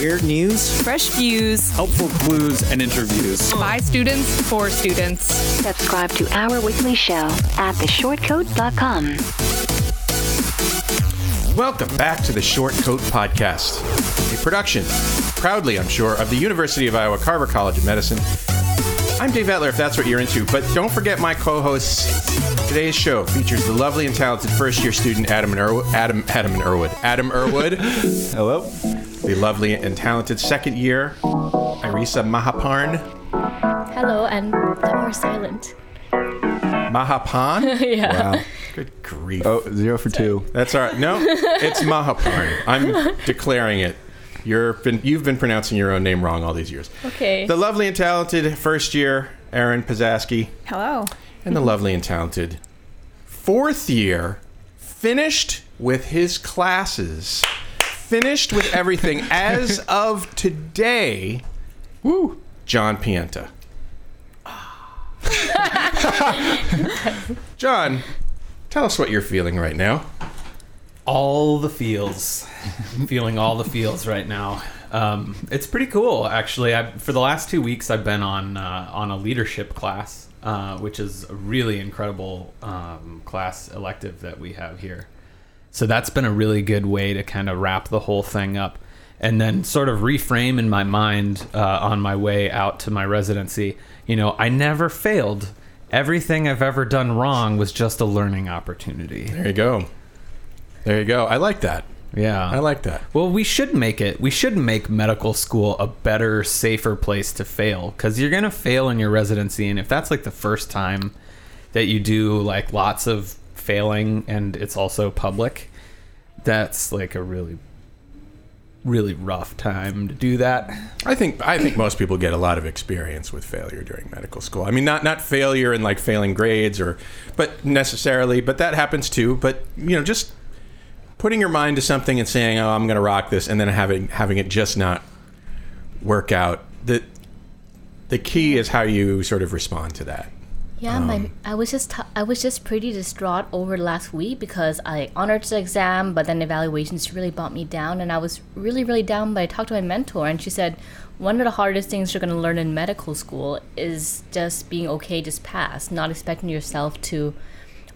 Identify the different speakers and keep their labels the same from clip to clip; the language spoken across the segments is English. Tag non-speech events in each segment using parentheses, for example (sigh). Speaker 1: Weird news,
Speaker 2: Fresh views
Speaker 3: helpful clues and interviews.
Speaker 2: by students for students.
Speaker 4: Subscribe to our weekly show at theshortcode.com.
Speaker 5: Welcome back to the Shortcode Podcast, a production, proudly, I'm sure, of the University of Iowa Carver College of Medicine. I'm Dave Etler, if that's what you're into, but don't forget my co hosts. Today's show features the lovely and talented first year student Adam and Irwood, Adam, Adam and Irwood, Adam Irwood.
Speaker 3: Hello.
Speaker 5: the lovely and talented second year, Irisa Mahaparn.
Speaker 6: Hello, and or silent.
Speaker 5: (laughs) Mahapan?
Speaker 6: Yeah.
Speaker 3: Wow.
Speaker 5: Good grief.
Speaker 3: Oh, zero for two.
Speaker 5: That's all right. No, it's Mahaparn. I'm declaring it. You're been, you've been pronouncing your own name wrong all these years.
Speaker 6: Okay.
Speaker 5: The lovely and talented first year, Aaron Pazaski,
Speaker 2: Hello.
Speaker 5: and the lovely and talented fourth year, finished with his classes, finished with
Speaker 3: (laughs)
Speaker 5: everything as of today. Woo! John Pienta. John, tell us what you're feeling right now.
Speaker 7: all the feels I'm feeling all the feels right now um, it's pretty cool actually I, for the last two weeks i've been on uh, on a leadership class uh, which is a really incredible um, class elective that we have here so that's been a really good way to kind of wrap the whole thing up and then sort of reframe in my mind uh, on my way out to my residency. You know, I never failed. Everything I've ever done wrong was just a learning opportunity.
Speaker 5: There you go. There you go. I like that.
Speaker 7: Yeah.
Speaker 5: I like that.
Speaker 7: Well, we should make it. We should make medical school a better, safer place to fail because you're going to fail in your residency. And if that's like the first time that you do like lots of failing and it's also public, that's like a really, really rough time to do that.
Speaker 5: I think I think most people get a lot of experience with failure during medical school. I mean, not not failure in like failing grades or, but necessarily, but that happens too. But you know, just putting your mind to something and saying, "Oh, I'm going to rock this," and then having having it just not work out. The the key is how you sort of respond to that.
Speaker 6: yeah, my, I was just t- I was just pretty distraught over last week because I honored the exam, but then evaluations really brought me down, and I was really really down. But I talked to my mentor, and she said one of the hardest things you're going to learn in medical school is just being okay, just pass, not expecting yourself to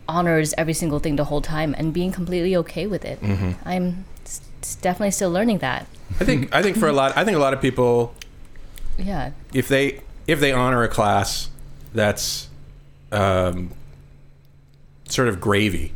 Speaker 6: honors every single thing the whole time, and being completely okay with it. I'm s- s- definitely still learning that.
Speaker 5: I think I think for a lot I think a lot of people
Speaker 6: Yeah.
Speaker 5: if they if they honor a class, that's um, sort of gravy.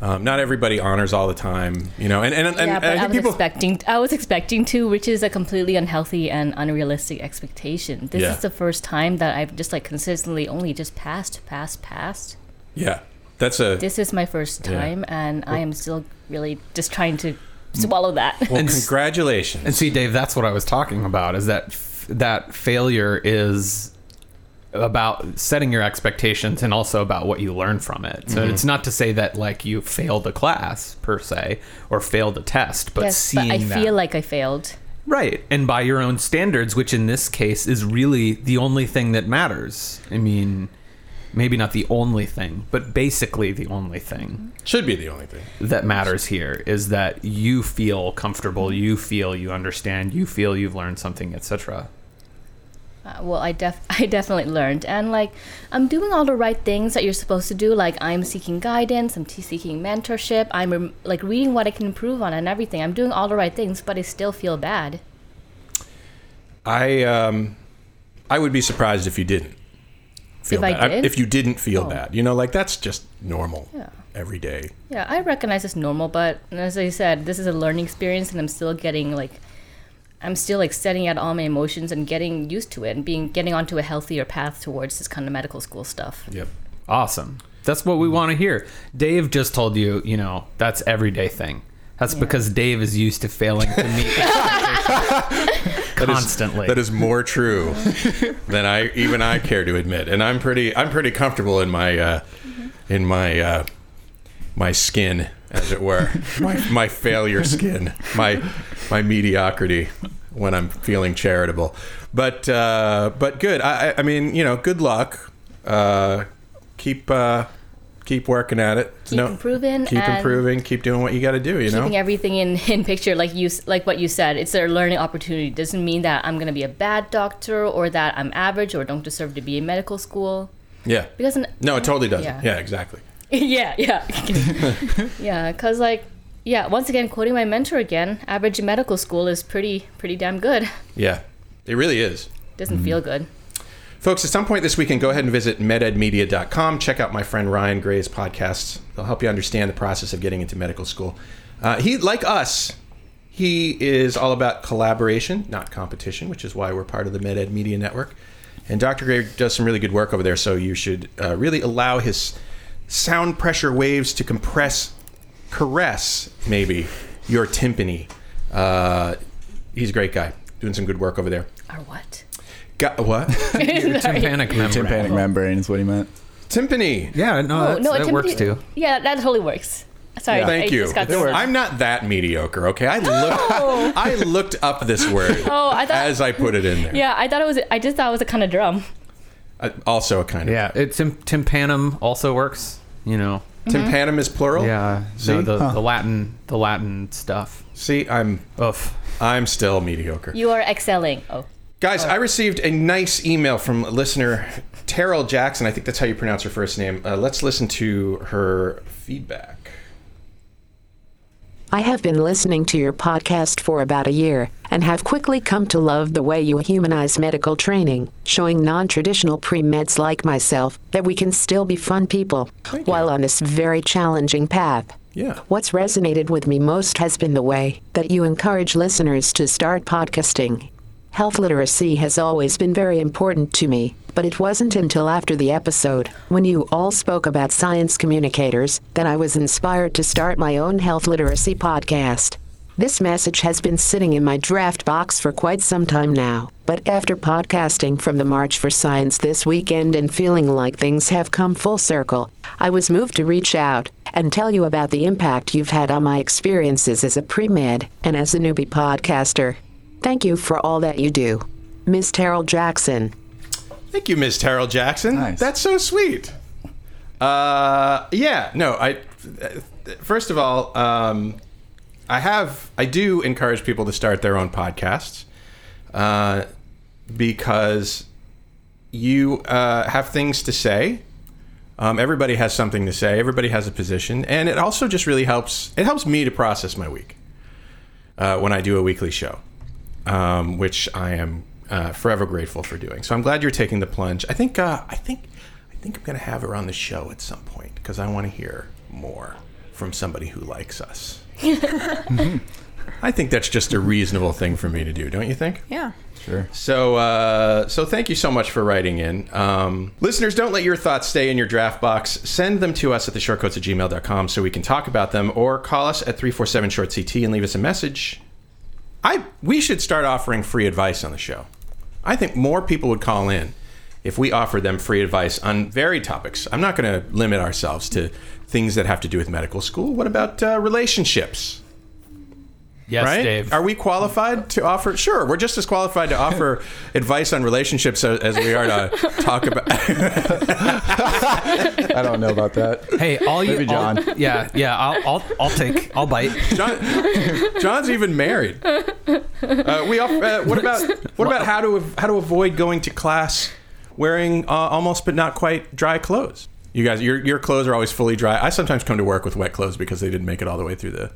Speaker 5: Um, not everybody honors all the time, you know. And and, and,
Speaker 6: yeah,
Speaker 5: and
Speaker 6: but I,
Speaker 5: I think
Speaker 6: was
Speaker 5: people.
Speaker 6: expecting I was expecting to, which is a completely unhealthy and unrealistic expectation. This
Speaker 5: Yeah.
Speaker 6: is the first time that I've just like consistently only just passed, passed, passed.
Speaker 5: yeah, that's a
Speaker 6: This is my first
Speaker 5: Yeah.
Speaker 6: time, and I am still really just trying to swallow that.
Speaker 5: well, congratulations.
Speaker 7: And see, Dave, that's what I was talking about. Is that f- that failure is about setting your expectations and also about what you learn from it.
Speaker 6: Mm-hmm.
Speaker 7: So it's not to say that like you failed a class per se or failed a test, but
Speaker 6: yes,
Speaker 7: seeing
Speaker 6: but I
Speaker 7: that
Speaker 6: feel like I failed.
Speaker 7: right and by your own standards, which in this case is really the only thing that matters. I mean, maybe not the only thing, but basically the only thing
Speaker 5: Should be the only thing.
Speaker 7: that matters here is that you feel comfortable, you feel you understand, you feel you've learned something, etc.
Speaker 6: Uh, well, I def (laughs) I definitely learned, and like I'm doing all the right things that you're supposed to do. Like I'm seeking guidance, I'm t- seeking mentorship, I'm rem- like reading what I can improve on and everything. I'm doing all the right things, but I still feel bad.
Speaker 5: I um, I would be surprised if you didn't feel
Speaker 6: If I
Speaker 5: bad.
Speaker 6: did?
Speaker 5: if you didn't feel
Speaker 6: Oh.
Speaker 5: bad, you know, like that's just normal.
Speaker 6: Yeah.
Speaker 5: Every day.
Speaker 6: Yeah, I recognize it's normal, but as I said, this is a learning experience, and I'm still getting like, I'm still like setting out all my emotions and getting used to it and being getting onto a healthier path towards this kind of medical school stuff.
Speaker 5: Yep.
Speaker 7: Awesome. That's what we want to hear. Dave just told you, you know, that's everyday thing. That's because Dave is used to failing to meet (laughs) constantly.
Speaker 5: That is more true
Speaker 6: (laughs)
Speaker 5: than I even I
Speaker 6: Mm-hmm.
Speaker 5: care to admit, and I'm pretty I'm pretty comfortable in my uh, in my uh, my skin, as it
Speaker 6: (laughs)
Speaker 5: were, my, my failure skin, my my mediocrity when I'm feeling charitable. But uh, but good. I, I- I mean, you know, good luck. Uh, keep uh, keep working at it.
Speaker 6: Keep improving
Speaker 5: Keep
Speaker 6: and-
Speaker 5: improving. Keep doing what you got to do. You know.
Speaker 6: keeping everything in, (laughs) in picture like you s- like what you said it's their learning opportunity doesn't mean that i'm going to be a bad doctor or that i'm average or don't deserve to be in medical school
Speaker 5: yeah.
Speaker 6: because an-
Speaker 5: No, it totally doesn't.
Speaker 6: Yeah.
Speaker 5: yeah exactly.
Speaker 6: (laughs) yeah (laughs) yeah yeah because like yeah once again quoting my mentor again average medical school is pretty pretty damn good
Speaker 5: Yeah. It really is.
Speaker 6: doesn't feel good
Speaker 5: Folks, at some point this weekend, go ahead and visit mededmedia.com. Check out my friend Ryan Gray's podcasts. They'll help you understand the process of getting into medical school. Uh, he, like us, he is all about collaboration, not competition, which is why we're part of the MedEd Media Network. And Dr. Gray does some really good work over there, so you should uh, really allow his sound pressure waves to compress, caress, maybe, your timpani. Uh, he's a great guy, doing some good work over there.
Speaker 6: or what
Speaker 5: Got, what?
Speaker 7: Tympanic membrane.
Speaker 3: Tympanic membrane is what he meant.
Speaker 5: timpani.
Speaker 7: Yeah, no,
Speaker 6: Oh, no,
Speaker 7: that
Speaker 6: it
Speaker 7: works too.
Speaker 6: yeah that totally works sorry I
Speaker 5: Thank you.
Speaker 6: just got thrown off.
Speaker 5: I'm not that mediocre, okay? I looked I looked up this word
Speaker 6: (laughs) Oh, I thought-
Speaker 5: as I put it in there.
Speaker 6: yeah i thought it was i just thought it was a kind of drum
Speaker 5: Uh, also a kind of
Speaker 7: Yeah, it, tim- tympanum also works. You know.
Speaker 6: Mm-hmm.
Speaker 5: Tympanum is plural.
Speaker 7: Yeah.
Speaker 5: See?
Speaker 7: So the, the Latin the Latin stuff.
Speaker 5: See, I'm
Speaker 7: Oof.
Speaker 5: I'm still mediocre.
Speaker 6: you are excelling oh
Speaker 5: Guys, I received a nice email from listener Terrell Jackson. I think that's how you pronounce her first name. Uh, let's listen to her feedback.
Speaker 8: I have been listening to your podcast for about a year and have quickly come to love the way you humanize medical training, showing non traditional pre meds like myself that we can still be fun people while on this very challenging path.
Speaker 5: Yeah.
Speaker 8: What's resonated with me most has been the way that you encourage listeners to start podcasting. Health literacy has always been very important to me, but it wasn't until after the episode, when you all spoke about science communicators, that I was inspired to start my own health literacy podcast. This message has been sitting in my draft box for quite some time now, but after podcasting from the March for Science this weekend and feeling like things have come full circle, I was moved to reach out and tell you about the impact you've had on my experiences as a pre med and as a newbie podcaster. Thank you for all that you do. Ms. Terrell Jackson.
Speaker 5: Thank you, Ms. Terrell Jackson.
Speaker 3: Nice.
Speaker 5: That's so sweet. Uh, yeah, no, I. First of all, um, I have, I do encourage people to start their own podcasts uh, because you uh, have things to say. Um, everybody has something to say. Everybody has a position, and it also just really helps. It helps me to process my week uh, when I do a weekly show, um, which I am uh, forever grateful for doing. So I'm glad you're taking the plunge. I think uh, I think I think I'm going to have her on the show at some point because I want to hear more from somebody who likes us. Mm-hmm. I think that's just a reasonable thing for me to do, don't you think?
Speaker 2: Yeah.
Speaker 5: So, uh, so thank you so much for writing in. Um, listeners, don't let your thoughts stay in your draft box. Send them to us at theshortcoats at gmail.com so we can talk about them or call us at 347 short CT and leave us a message. I We should start offering free advice on the show. I think more people would call in if we offered them free advice on varied topics. I'm not going to limit ourselves to things that have to do with medical school. What about uh, relationships?
Speaker 7: Yes,
Speaker 5: right?
Speaker 7: Dave.
Speaker 5: Are we qualified to offer? Sure, we're just as qualified to
Speaker 7: (laughs)
Speaker 5: offer advice on relationships as, as we are to talk about. (laughs)
Speaker 3: I don't know about that.
Speaker 7: hey, all you
Speaker 3: Maybe
Speaker 7: all-
Speaker 3: John.
Speaker 7: (laughs) yeah, yeah, I'll, I'll I'll take. I'll bite.
Speaker 5: John, John's even married. Uh, we off, uh, what about what about how to av- how to avoid going to class wearing uh, almost but not quite dry clothes? You guys, your your clothes are always fully dry. I sometimes come to work with wet clothes because they didn't make it all the way through the.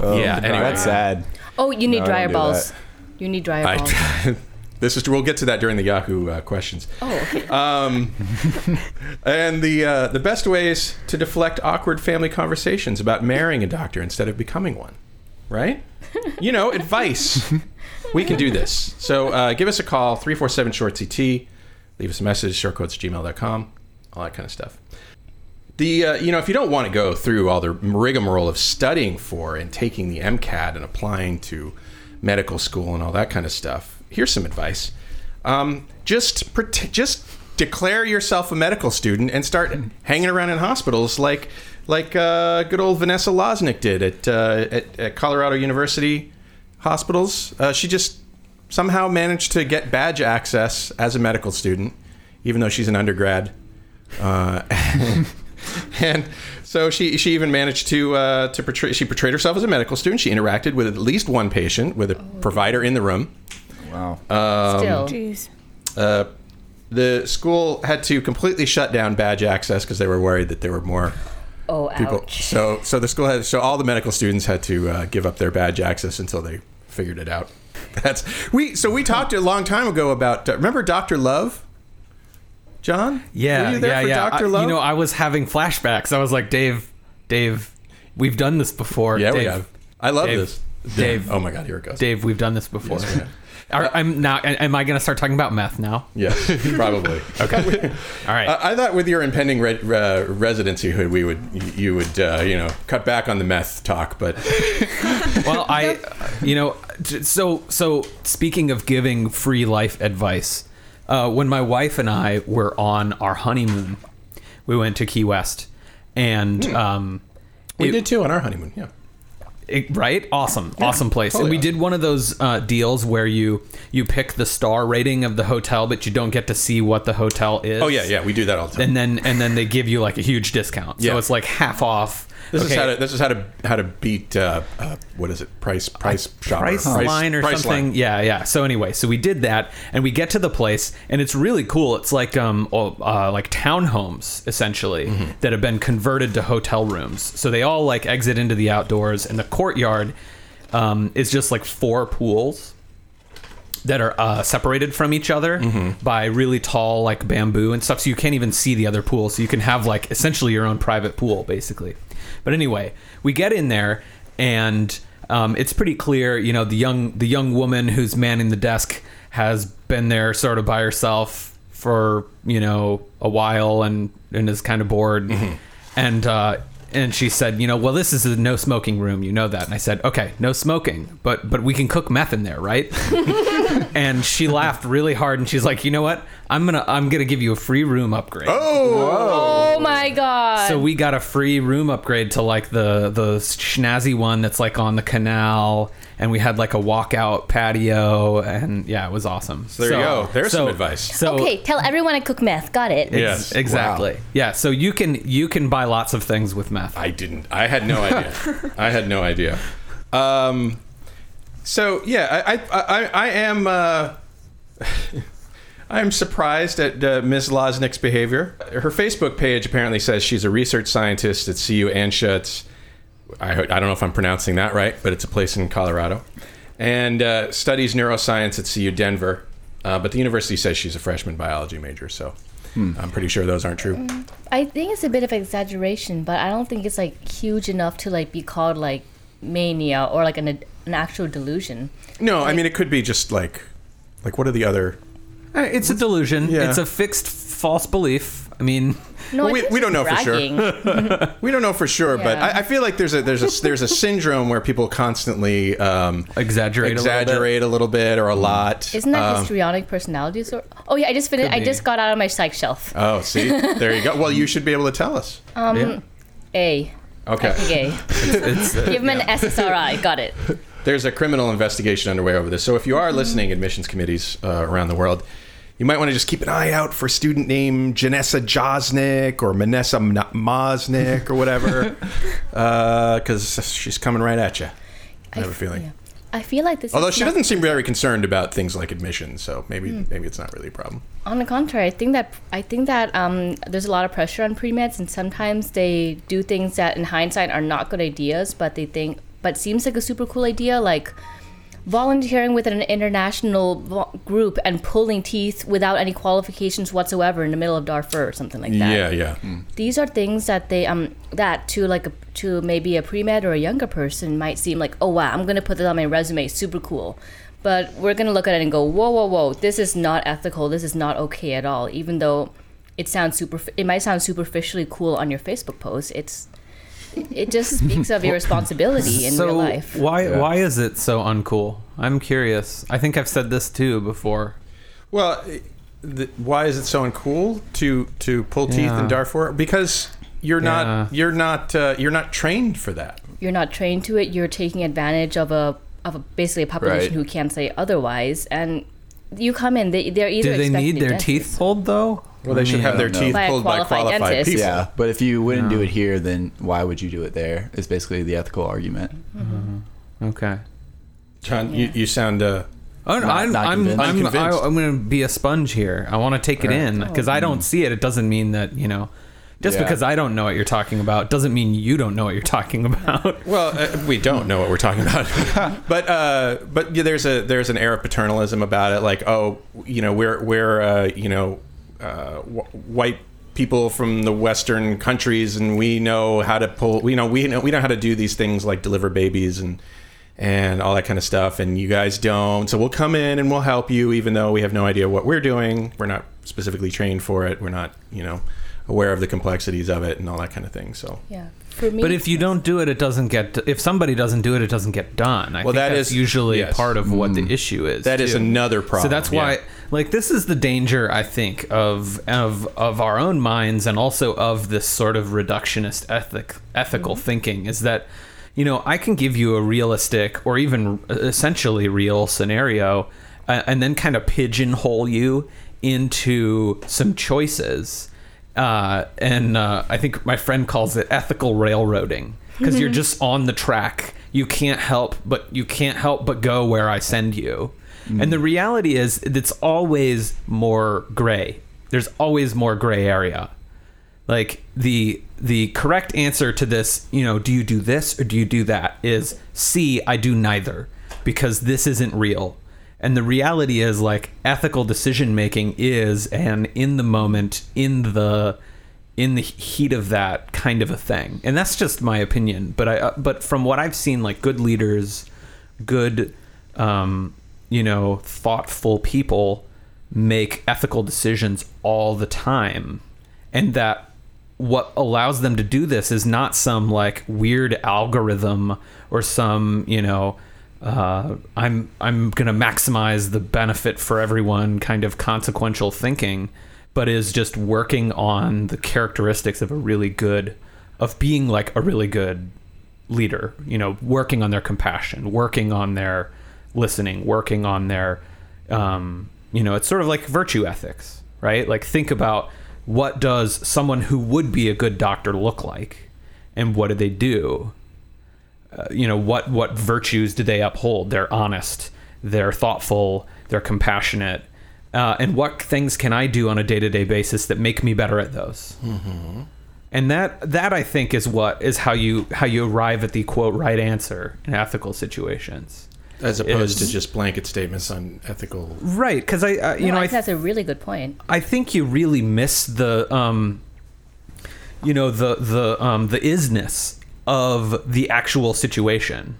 Speaker 5: yeah, anyway.
Speaker 3: That's sad.
Speaker 6: Oh, you need
Speaker 3: No, I don't
Speaker 6: dryer
Speaker 3: do
Speaker 6: balls.
Speaker 3: that.
Speaker 6: You need dryer balls.
Speaker 5: I, (laughs) this is we'll get to that during the Yahoo uh, questions.
Speaker 6: oh, okay.
Speaker 5: (laughs) Um, and the uh, the best ways to deflect awkward family conversations about marrying a doctor instead of becoming one,
Speaker 6: (laughs)
Speaker 5: right? You know, advice. we can do this. So uh, give us a call, 347 short CT. Leave us a message, shortcodes gmail.com, all that kind of stuff. The uh, you know if you don't want to go through all the rigmarole of studying for and taking the MCAT and applying to medical school and all that kind of stuff, here's some advice: um, just prote- just declare yourself a medical student and start hanging around in hospitals like like uh, good old Vanessa Losnick did at, uh, at, at Colorado University Hospitals. Uh, she just somehow managed to get badge access as a medical student, even though she's an undergrad. Uh, (laughs) and so she, she even managed to uh, to portray she portrayed herself as a medical student. She interacted with at least one patient with a provider in the room.
Speaker 3: Wow.
Speaker 6: Still,
Speaker 2: Jeez.
Speaker 5: Uh, the school had to completely shut down badge access because they were worried that there were more
Speaker 6: oh,
Speaker 5: people.
Speaker 6: ouch.
Speaker 5: So so the school had so all the medical students had to uh, give up their badge access until they figured it out. (laughs) That's we so we talked a long time ago about uh, remember Doctor Love. John,
Speaker 7: Yeah,
Speaker 5: were you there
Speaker 7: yeah,
Speaker 5: for
Speaker 7: yeah.
Speaker 5: Doctor
Speaker 7: I,
Speaker 5: Love?
Speaker 7: You know, I was having flashbacks. I was like, Dave, Dave, we've done this before.
Speaker 5: yeah,
Speaker 7: Dave,
Speaker 5: we have. I love
Speaker 7: Dave,
Speaker 5: this.
Speaker 7: Dave.
Speaker 5: Oh my God, here it goes.
Speaker 7: Dave, we've done this before. (laughs) Are, I'm not. Am I going to start talking about meth now?
Speaker 5: Yeah, (laughs) probably. (laughs) okay.
Speaker 7: All right.
Speaker 5: I I thought with your impending re- re- residency, Hood, we would you would uh, you know cut back on the meth talk, but
Speaker 7: well, I, you know, t- so so speaking of giving free life advice, uh, when my wife and I were on our honeymoon, we went to Key West, and um,
Speaker 5: we
Speaker 7: it-
Speaker 5: did too on our honeymoon. Yeah.
Speaker 7: it- right, awesome, awesome place.
Speaker 5: totally
Speaker 7: and we did one of those uh, deals where you you pick the star rating of the hotel, but you don't get to see what the hotel is.
Speaker 5: Oh yeah, yeah. We do that all the time.
Speaker 7: and then and then they give you like a huge discount, so
Speaker 5: Yeah.
Speaker 7: it's like half off.
Speaker 5: this
Speaker 7: Okay,
Speaker 5: is how to this is how to how to beat uh, uh, what is it price price shopper
Speaker 7: price line or
Speaker 5: price
Speaker 7: something.
Speaker 5: line.
Speaker 7: Yeah, yeah. So anyway, so we did that, and we get to the place, and it's really cool. It's like um oh, uh, like townhomes essentially
Speaker 5: Mm-hmm.
Speaker 7: that have been converted to hotel rooms. So they all like exit into the outdoors, and the courtyard um, is just like four pools that are uh, separated from each other by really tall like bamboo and stuff so you can't even see the other pool so you can have like essentially your own private pool basically but anyway we get in there and um, it's pretty clear you know the young the young woman who's manning the desk has been there sort of by herself for you know a while and and is kind of bored and uh and she said, you know, well, this is a no smoking room. You know that. And I said, okay, no smoking, but but we can cook meth in there, right? and she laughed really hard, and she's like, you know what? I'm gonna I'm gonna give you a free room upgrade.
Speaker 6: Oh my god.
Speaker 7: So we got a free room upgrade to like the the schnazzy one that's like on the canal, and we had like a walkout patio, and yeah, it was awesome. So
Speaker 5: there you go. There's some advice.
Speaker 7: So
Speaker 6: okay, tell everyone I cook meth. Got it.
Speaker 5: Yeah.
Speaker 7: Ex- exactly. Yeah. So you can you can buy lots of things with meth.
Speaker 5: I didn't. I had no idea. I had no idea. Um, so yeah, I I, I, I am uh, (laughs) I am surprised at uh, Ms. Losnick's behavior. Her Facebook page apparently says she's a research scientist at CU Anschutz. I ho- I don't know if I'm pronouncing that right, but it's a place in Colorado, and uh, studies neuroscience at CU Denver. Uh, but the university says she's a freshman biology major, so I'm pretty sure those aren't true.
Speaker 6: I think it's a bit of exaggeration, but I don't think it's like huge enough to like be called like mania or like an an actual delusion.
Speaker 5: No, I mean it could be just like, like what are the other?
Speaker 7: Uh, It's a delusion.
Speaker 5: Yeah.
Speaker 7: It's a fixed false belief. I mean, (laughs)
Speaker 6: No,
Speaker 5: Well,
Speaker 6: I
Speaker 5: we-
Speaker 6: think
Speaker 5: we
Speaker 6: it's
Speaker 5: don't know for sure.
Speaker 6: bragging. for sure.
Speaker 5: We don't know for sure, but
Speaker 6: Yeah.
Speaker 5: I, I feel like there's a there's a there's a syndrome where people constantly um,
Speaker 7: Exaggerate a little bit. Mm-hmm.
Speaker 5: exaggerate a little bit or a lot.
Speaker 6: Isn't that
Speaker 5: Um,
Speaker 6: histrionic personality disorder? Oh yeah, I just finished. I
Speaker 7: be.
Speaker 6: just got out of my psych shelf.
Speaker 5: Oh, see, there you go. Well, you should be able to tell us.
Speaker 6: Oh, Um,
Speaker 7: yeah.
Speaker 6: A.
Speaker 5: Okay. (laughs)
Speaker 6: Gay.
Speaker 7: it's, uh,
Speaker 6: (laughs) Give him an SSRI. Got it.
Speaker 5: There's a criminal investigation underway over this. So if you
Speaker 6: Mm-hmm.
Speaker 5: are listening, admissions committees uh, around the world, you might want to just keep an eye out for student named Janessa Josnick or Manessa M- Mosnick or
Speaker 6: (laughs)
Speaker 5: whatever, because she's coming right at you. I have a feeling.
Speaker 6: yeah. I feel like this.
Speaker 5: Although
Speaker 6: is
Speaker 5: she
Speaker 6: not-
Speaker 5: doesn't seem very concerned about things like admissions, so maybe
Speaker 6: Hmm.
Speaker 5: maybe it's not really a problem.
Speaker 6: On the contrary, I think that I think that um, there's a lot of pressure on pre-meds, and sometimes they do things that, in hindsight, are not good ideas, but they think, but seems like a super cool idea, like volunteering with an international vo- group and pulling teeth without any qualifications whatsoever in the middle of Darfur or something like that.
Speaker 5: yeah.
Speaker 6: These are things that they um that to like a, to maybe a pre-med or a younger person might seem like, oh wow, I'm gonna put this on my resume, super cool. But we're gonna look at it and go, whoa, whoa, whoa, this is not ethical. This is not okay at all. Even though it sounds super, it might sound superficially cool on your Facebook post. It's it
Speaker 7: (laughs)
Speaker 6: just speaks of irresponsibility in
Speaker 7: so
Speaker 6: real life.
Speaker 7: why why is it so uncool? I'm curious. I think I've said this too before.
Speaker 5: Well, i- the, why is it so uncool to to pull teeth
Speaker 7: Yeah.
Speaker 5: in Darfur? Because you're
Speaker 7: Yeah.
Speaker 5: not you're not uh, you're not trained for that.
Speaker 6: you're not trained to it. You're taking advantage of a of a, basically a population
Speaker 3: Right.
Speaker 6: who can't say otherwise, and you come in. They they're either
Speaker 7: Do they
Speaker 6: expecting
Speaker 7: need
Speaker 6: a
Speaker 7: their
Speaker 6: dentist.
Speaker 7: teeth pulled though?
Speaker 5: Well, they should have their
Speaker 3: no.
Speaker 5: teeth
Speaker 6: By a
Speaker 5: pulled by
Speaker 6: qualified
Speaker 5: qualified
Speaker 6: dentist.
Speaker 5: people.
Speaker 3: Yeah, but if you wouldn't do it here, then why would you do it there? Is basically the ethical argument.
Speaker 7: Okay.
Speaker 5: John, you, you sound uh,
Speaker 7: Oh, no,
Speaker 3: Not-
Speaker 7: I'm,
Speaker 3: not
Speaker 7: I'm,
Speaker 3: convinced.
Speaker 7: I'm, I,
Speaker 5: Unconvinced.
Speaker 7: I'm going to be a sponge here. I want to take it in because I
Speaker 5: Mm.
Speaker 7: don't see it. It doesn't mean that, you know, just
Speaker 3: Yeah.
Speaker 7: because I don't know what you're talking about doesn't mean you don't know what you're talking (laughs) about.
Speaker 5: Well, uh, we don't know what we're talking about, but uh, but yeah, there's a there's an air of paternalism about it, like oh, you know, we're we're uh, you know, uh, wh- white people from the Western countries, and we know how to pull, we know we know we know how to do these things like deliver babies and and all that kind of stuff, and you guys don't, so we'll come in and we'll help you, even though we have no idea what we're doing, we're not specifically trained for it, we're not you know aware of the complexities of it and all that kind of thing, so.
Speaker 6: Yeah, for me.
Speaker 7: But if you don't do it, it doesn't get. If somebody doesn't do it, it doesn't get done. I
Speaker 5: Well,
Speaker 7: think
Speaker 5: that
Speaker 7: that's
Speaker 5: is-
Speaker 7: usually
Speaker 5: yes.
Speaker 7: part of what the issue is.
Speaker 5: That is
Speaker 7: too.
Speaker 5: another problem,
Speaker 7: So that's why,
Speaker 5: yeah.
Speaker 7: like, this is the danger I think of of of our own minds and also of this sort of reductionist ethic ethical thinking is that, you know, I can give you a realistic or even essentially real scenario, uh, and then kind of pigeonhole you into some choices uh, and uh, I think my friend calls it ethical railroading because you're just on the track. You can't help but you can't help but go where I send you. And the reality is, it's always more gray. There's always more gray area like the the correct answer to this you know do you do this or do you do that is c i do neither because this isn't real and the reality is like ethical decision making is an in the moment in the in the heat of that kind of a thing and that's just my opinion but i uh, but from what i've seen like good leaders good um you know thoughtful people make ethical decisions all the time and that what allows them to do this is not some like weird algorithm or some you know uh, I'm I'm gonna maximize the benefit for everyone kind of consequential thinking, but is just working on the characteristics of a really good, of being like a really good leader. You know, working on their compassion, working on their listening, working on their, um, you know, it's sort of like virtue ethics, right? Like think about what does someone who would be a good doctor look like, and what do they do? Uh, you know, what what virtues do they uphold? They're honest, they're thoughtful, they're compassionate. Uh, and what things can I do on a day-to-day basis that make me better at those? and that that I think is what is how you how you arrive at the quote right answer in ethical situations.
Speaker 5: as opposed
Speaker 7: is-
Speaker 5: to just blanket statements on ethical.
Speaker 7: Right, because I uh, you
Speaker 6: No,
Speaker 7: know I,
Speaker 6: I think that's a really good point.
Speaker 7: I think you really miss the um, you know the the um, the isness of the actual situation.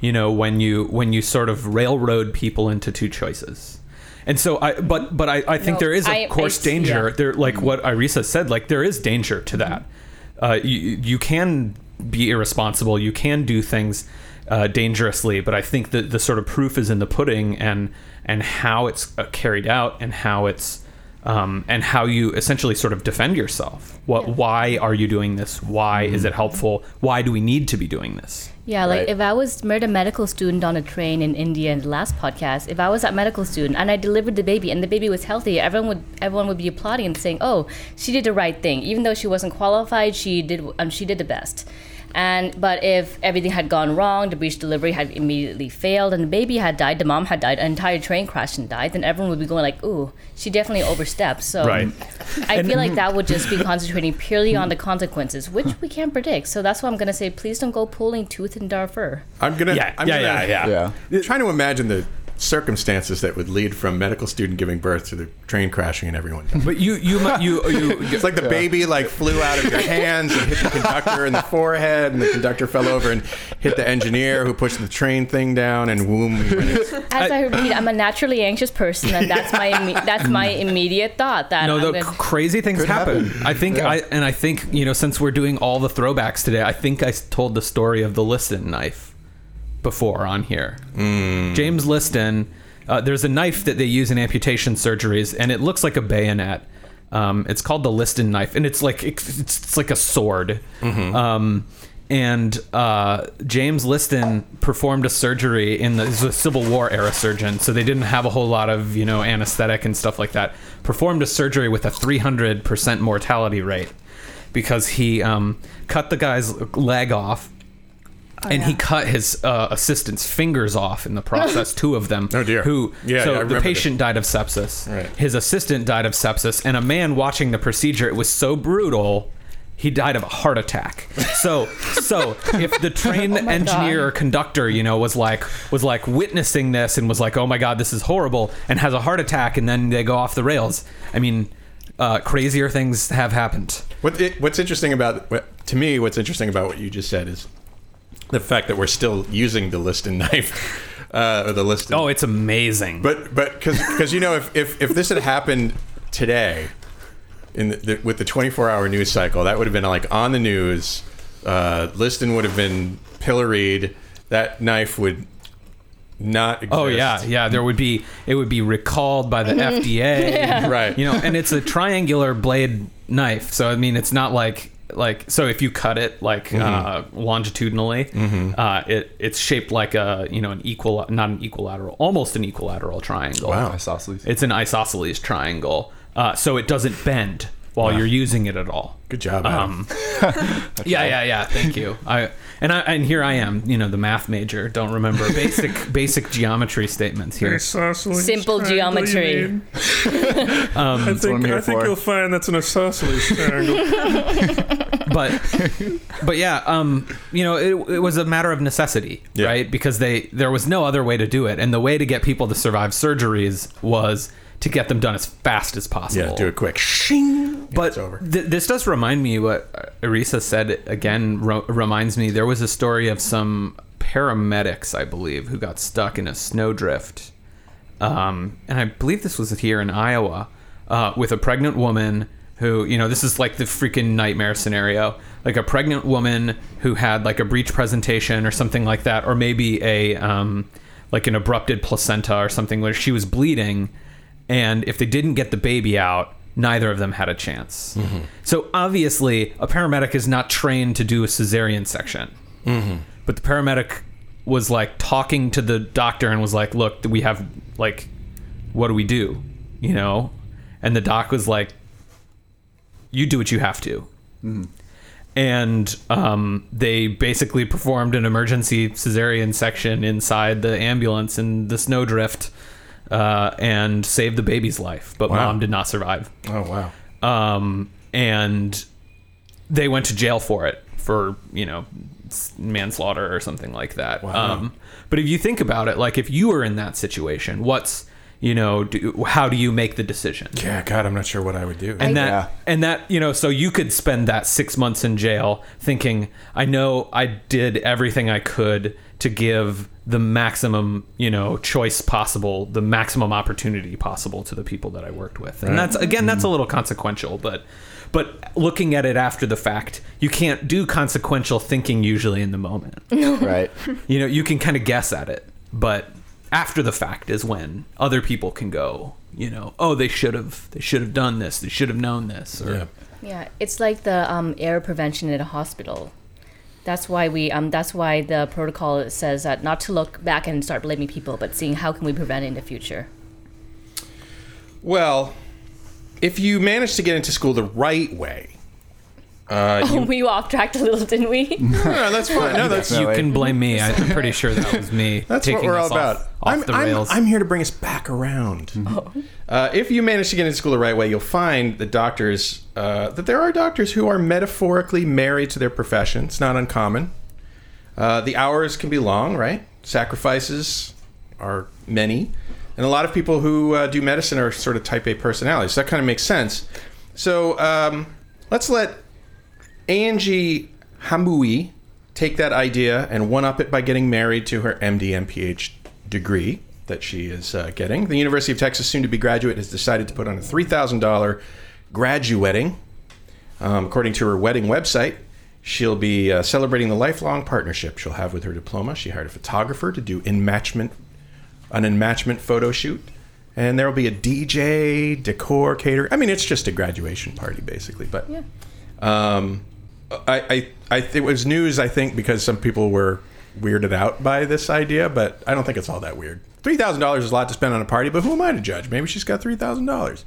Speaker 7: You know when you when you sort of railroad people into two choices. And so I but but I, I think
Speaker 6: No,
Speaker 7: there is of
Speaker 6: I- I
Speaker 7: course
Speaker 6: see-
Speaker 7: danger
Speaker 6: yeah. Mm-hmm.
Speaker 7: there like what Irisa said like there is danger to that. Uh, you you can be irresponsible, you can do things uh, dangerously, but I think that the sort of proof is in the pudding and and how it's uh, carried out and how it's um, and how you essentially sort of defend yourself. What? Why are you doing this? Why
Speaker 6: Mm-hmm.
Speaker 7: is it helpful? Why do we need to be doing this?
Speaker 6: Yeah, like
Speaker 3: Right.
Speaker 6: if I was murder medical student on a train in India in the last podcast, if I was that medical student and I delivered the baby and the baby was healthy, everyone would everyone would be applauding and saying, "Oh, she did the right thing, even though she wasn't qualified, she did um, she did the best." And but if everything had gone wrong, the breech delivery had immediately failed, and the baby had died, the mom had died, an entire train crashed and died, then everyone would be going like, "Ooh, she definitely overstepped." So Um, I feel like that would just be concentrating purely on the consequences, which we can't predict. So that's why I'm gonna say, please don't go pulling tooth and dar fur.
Speaker 5: I'm gonna.
Speaker 7: Yeah,
Speaker 5: I'm
Speaker 7: yeah,
Speaker 5: gonna,
Speaker 7: yeah,
Speaker 3: yeah.
Speaker 5: Trying to imagine the circumstances that would lead from medical student giving birth to the train crashing and everyone. Dying.
Speaker 7: But you you mu-
Speaker 5: (laughs)
Speaker 7: you you.
Speaker 5: It's like the baby like flew out of your hands and hit the conductor in the forehead, and the conductor fell over and hit the engineer who pushed the train thing down, and whoom. we went in.
Speaker 6: As I, repeat, I'm a naturally anxious person, and that's my imme- that's my immediate thought that
Speaker 7: no,
Speaker 6: I'm
Speaker 7: the
Speaker 6: gonna-
Speaker 7: c- crazy things happen. I think I and I think you know since we're doing all the throwbacks today, I think I s- told the story of the Liston knife before on here. James Liston, uh, there's a knife that they use in amputation surgeries, and it looks like a bayonet. Um, it's called the Liston knife, and it's like it's, it's like a sword. Um, and uh, James Liston performed a surgery in the, he's a Civil War era surgeon, so they didn't have a whole lot of you know anesthetic and stuff like that. Performed a surgery with a 300 percent mortality rate because he um, cut the guy's leg off and he cut his uh, assistant's fingers off in the process. two of them.
Speaker 5: Oh, dear.
Speaker 7: Who?
Speaker 5: Yeah, yeah, I
Speaker 7: So the
Speaker 5: remember
Speaker 7: patient died of sepsis.
Speaker 5: Right.
Speaker 7: His assistant died of sepsis, and a man watching the procedure. It was so brutal. He died of a heart attack. So, so if the train engineer or conductor, you know, was like was like witnessing this and was like, "Oh my god, this is horrible," and has a heart attack, and then they go off the rails. I mean, uh, crazier things have happened.
Speaker 5: What it, what's interesting about what, to me, what's interesting about what you just said is the fact that we're still using the Liston knife uh, or the Liston.
Speaker 7: Oh, it's amazing.
Speaker 5: but but because you know if, if if this had happened today, in the, the, with the 24 hour news cycle, that would have been like on the news. Uh, Liston would have been pilloried. That knife would not exist.
Speaker 7: Oh yeah, yeah. There would be it would be recalled by the FDA,
Speaker 5: Right.
Speaker 7: You know, and it's a triangular blade knife, so I mean, it's not like like so if you cut it like
Speaker 5: Mm-hmm.
Speaker 7: uh, longitudinally, uh, it it's shaped like a you know an equal not an equilateral, almost an equilateral triangle.
Speaker 5: Wow.
Speaker 3: Isosceles.
Speaker 7: It's an isosceles triangle, uh, so it doesn't bend while you're using it at all.
Speaker 5: Good job. Adam. (laughs)
Speaker 7: Um, (laughs) yeah, yeah, yeah. Thank you. I and I and here I am. You know, the math major. Don't remember
Speaker 5: (laughs)
Speaker 7: basic basic geometry statements here.
Speaker 9: Isosceles
Speaker 6: Simple
Speaker 9: triangle, you
Speaker 6: geometry.
Speaker 9: mean? I
Speaker 3: what I'm
Speaker 9: think,
Speaker 3: here
Speaker 9: I think
Speaker 3: for.
Speaker 9: you'll find that's an isosceles triangle.
Speaker 7: (laughs) But but yeah, um, you know, it, it was a matter of necessity,
Speaker 5: Yeah.
Speaker 7: right? Because they there was no other way to do it, and the way to get people to survive surgeries was to get them done as fast as possible.
Speaker 5: yeah, do it quick. Shing.
Speaker 7: but
Speaker 5: it's over.
Speaker 7: Th- this does remind me what Arisa said again ro- reminds me there was a story of some paramedics I believe who got stuck in a snowdrift um, and I believe this was here in Iowa uh, with a pregnant woman who you know this is like the freaking nightmare scenario like a pregnant woman who had like a breech presentation or something like that or maybe a um, like an abrupted placenta or something where she was bleeding and if they didn't get the baby out, neither of them had a chance. So obviously, a paramedic is not trained to do a cesarean section. But the paramedic was like talking to the doctor and was like, "Look, we have like, what do we do?" You know, and the doc was like, "You do what you have to." And um, they basically performed an emergency cesarean section inside the ambulance in the snowdrift uh, and saved the baby's life. But
Speaker 5: Wow.
Speaker 7: mom did not survive.
Speaker 5: Oh wow.
Speaker 7: Um, and they went to jail for it for, you know, s- manslaughter or something like that. Um, but if you think about it, like if you were in that situation, what's, you know, do, how do you make the decision?
Speaker 5: Yeah, God, I'm not sure what I would do.
Speaker 7: and that
Speaker 3: Yeah.
Speaker 7: and that you know so you could spend that six months in jail thinking i know i did everything i could to give the maximum you know choice possible the maximum opportunity possible to the people that i worked with and that's again that's a little consequential but but looking at it after the fact you can't do consequential thinking usually in the moment
Speaker 3: (laughs)
Speaker 5: (laughs)
Speaker 3: right.
Speaker 7: you know you can kind of guess at it but after the fact is when other people can go you know oh they should have they should have done this they should have known this or
Speaker 5: Yeah.
Speaker 6: Yeah, it's like the um, error prevention at a hospital. That's why we. Um, that's why the protocol says that not to look back and start blaming people, but seeing how can we prevent it in the future.
Speaker 5: Well, if you manage to get into school the right way,
Speaker 6: (laughs) we off tracked a little, didn't we?
Speaker 5: no, no, that's fine. No, that's
Speaker 7: you
Speaker 3: Definitely.
Speaker 7: can blame me I- i'm pretty sure that was me
Speaker 5: That's
Speaker 7: taking
Speaker 5: what we're all
Speaker 7: us
Speaker 5: about.
Speaker 7: off, off
Speaker 5: I'm,
Speaker 7: the
Speaker 5: I'm-
Speaker 7: rails
Speaker 5: I'm here to bring us back around. Uh, if you manage to get into school the right way, you'll find that doctors uh, that there are doctors who are metaphorically married to their profession. It's not uncommon. Uh, the hours can be long, right? Sacrifices are many, and a lot of people who uh, do medicine are sort of Type A personalities. So that kind of makes sense. So um, let's let Angie Hamui take that idea and one up it by getting married to her MD MPH degree that she is uh, getting. The University of Texas soon to be graduate has decided to put on a $3,000 graduating. Um, according to her wedding website, she'll be uh, celebrating the lifelong partnership she'll have with her diploma. She hired a photographer to do enmatchment, an enmatchment photo shoot. and there will be a DJ, decor, cater. I mean, it's just a graduation party basically. But
Speaker 6: Yeah.
Speaker 5: um, I, I, I it was news, I think, because some people were weirded out by this idea, but I don't think it's all that weird. Three thousand dollars is a lot to spend on a party, but who am I to judge? Maybe she's got three thousand dollars.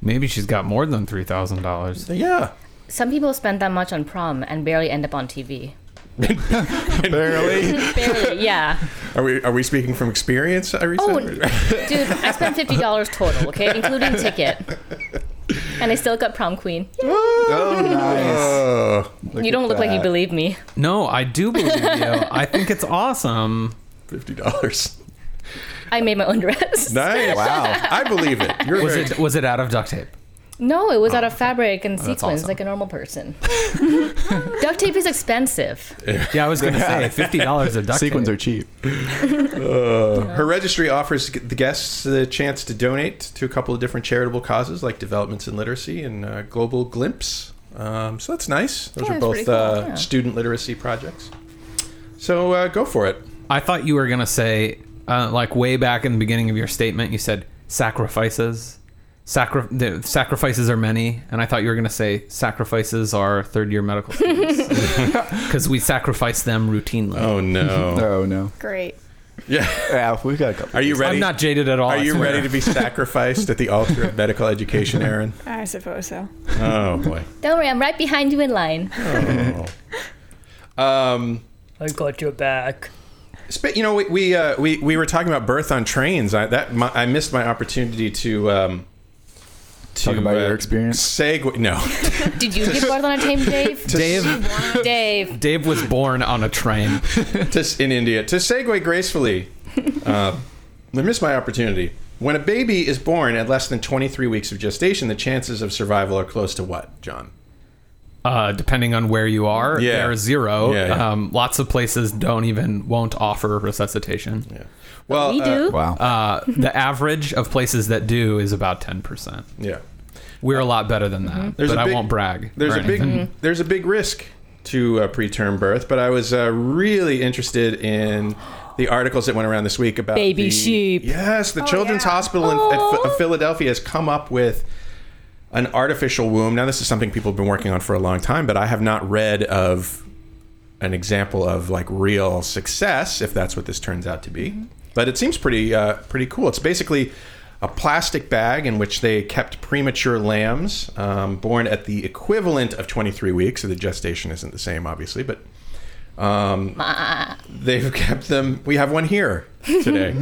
Speaker 7: Maybe she's got more than three thousand dollars.
Speaker 5: Yeah,
Speaker 6: Some people spend that much on prom and barely end up on TV.
Speaker 5: barely.
Speaker 6: (laughs) barely, yeah.
Speaker 5: Are we are we speaking from experience? Irisa?
Speaker 6: Oh,
Speaker 5: (laughs)
Speaker 6: Dude, I spent fifty dollars total, okay, including ticket, and I still got prom queen.
Speaker 3: Oh,
Speaker 7: Oh,
Speaker 3: nice.
Speaker 6: you don't look like you believe me.
Speaker 7: No, I do believe you. I think it's awesome.
Speaker 5: Fifty dollars.
Speaker 6: I made my own dress.
Speaker 5: Nice.
Speaker 3: Wow.
Speaker 5: I believe it. You're
Speaker 7: Was
Speaker 5: very-
Speaker 7: it was it out of duct tape?
Speaker 6: No, it was out of fabric and
Speaker 3: that's
Speaker 6: sequins,
Speaker 3: awesome.
Speaker 6: like a normal person. (laughs) Duct tape is expensive.
Speaker 7: Yeah, I
Speaker 5: (laughs)
Speaker 7: was gonna say fifty dollars of duct
Speaker 3: Sequins are
Speaker 7: tape.
Speaker 3: cheap.
Speaker 5: Her registry offers g- the guests the chance to donate to a couple of different charitable causes like Developments in Literacy and uh, Global Glimpse. Um, so that's nice. Those
Speaker 2: Yeah,
Speaker 5: are
Speaker 2: it's
Speaker 5: both
Speaker 2: pretty cool,
Speaker 5: uh,
Speaker 6: yeah.
Speaker 5: student literacy projects. So uh, go for it.
Speaker 7: I thought you were gonna say, uh, like way back in the beginning of your statement, you said sacrifices. Sacri- the sacrifices are many, and I thought you were gonna say sacrifices are third-year medical students because we sacrifice them routinely.
Speaker 5: Oh no!
Speaker 3: Oh no.
Speaker 2: Great.
Speaker 5: (laughs) yeah.
Speaker 3: Yeah, we've got a couple.
Speaker 5: Are you ready?
Speaker 7: I'm not jaded at all.
Speaker 5: Are
Speaker 7: I
Speaker 5: you
Speaker 7: swear.
Speaker 5: ready to
Speaker 3: (laughs)
Speaker 5: be sacrificed at the altar of medical education, Aaron?
Speaker 2: I suppose so.
Speaker 5: (laughs) Oh boy.
Speaker 6: Don't worry, I'm right behind you in line.
Speaker 5: Um,
Speaker 10: I got your back.
Speaker 5: Sp- You know, we we, uh, we we were talking about birth on trains. I that my, I missed my opportunity to um, to uh,
Speaker 3: Talk about your experience?
Speaker 5: Segue. No,
Speaker 6: Did you get bored on a team, Dave?
Speaker 7: (laughs) Dave,
Speaker 6: Dave,
Speaker 7: Dave was born on a train.
Speaker 5: just in India to segue
Speaker 6: (laughs)
Speaker 5: gracefully. Uh, I missed my opportunity. When a baby is born at less than 23 weeks of gestation, the chances of survival are close to what, John?
Speaker 7: Uh, depending on where you are,
Speaker 5: Yeah.
Speaker 7: there are zero.
Speaker 5: Yeah, yeah.
Speaker 7: Um, lots of places don't even won't offer resuscitation.
Speaker 5: Yeah. Well,
Speaker 6: we
Speaker 5: uh,
Speaker 6: do.
Speaker 3: Wow.
Speaker 7: Uh, the average of places that do is about ten percent.
Speaker 5: yeah.
Speaker 7: We're a lot better than that,
Speaker 6: Mm-hmm.
Speaker 5: There's
Speaker 7: but
Speaker 5: a
Speaker 7: I
Speaker 5: big-
Speaker 7: won't brag. Mm-hmm.
Speaker 5: There's
Speaker 7: or
Speaker 5: a big
Speaker 7: anything.
Speaker 5: there's a big risk to uh, preterm birth, but I was uh, really interested in the articles that went around this week about
Speaker 6: Baby
Speaker 5: the-
Speaker 6: sheep. Oh,
Speaker 5: Yes, the Children's
Speaker 2: yeah.
Speaker 5: Hospital in, at, Ph- Philadelphia has come up with an artificial womb. Now, this is something people have been working on for a long time, but I have not read of an example of like real success, if that's what this turns out to be. But it seems pretty uh, pretty cool. It's basically a plastic bag in which they kept premature lambs um, born at the equivalent of 23 weeks. So the gestation isn't the same, obviously, but um, they've kept them. We have one here today.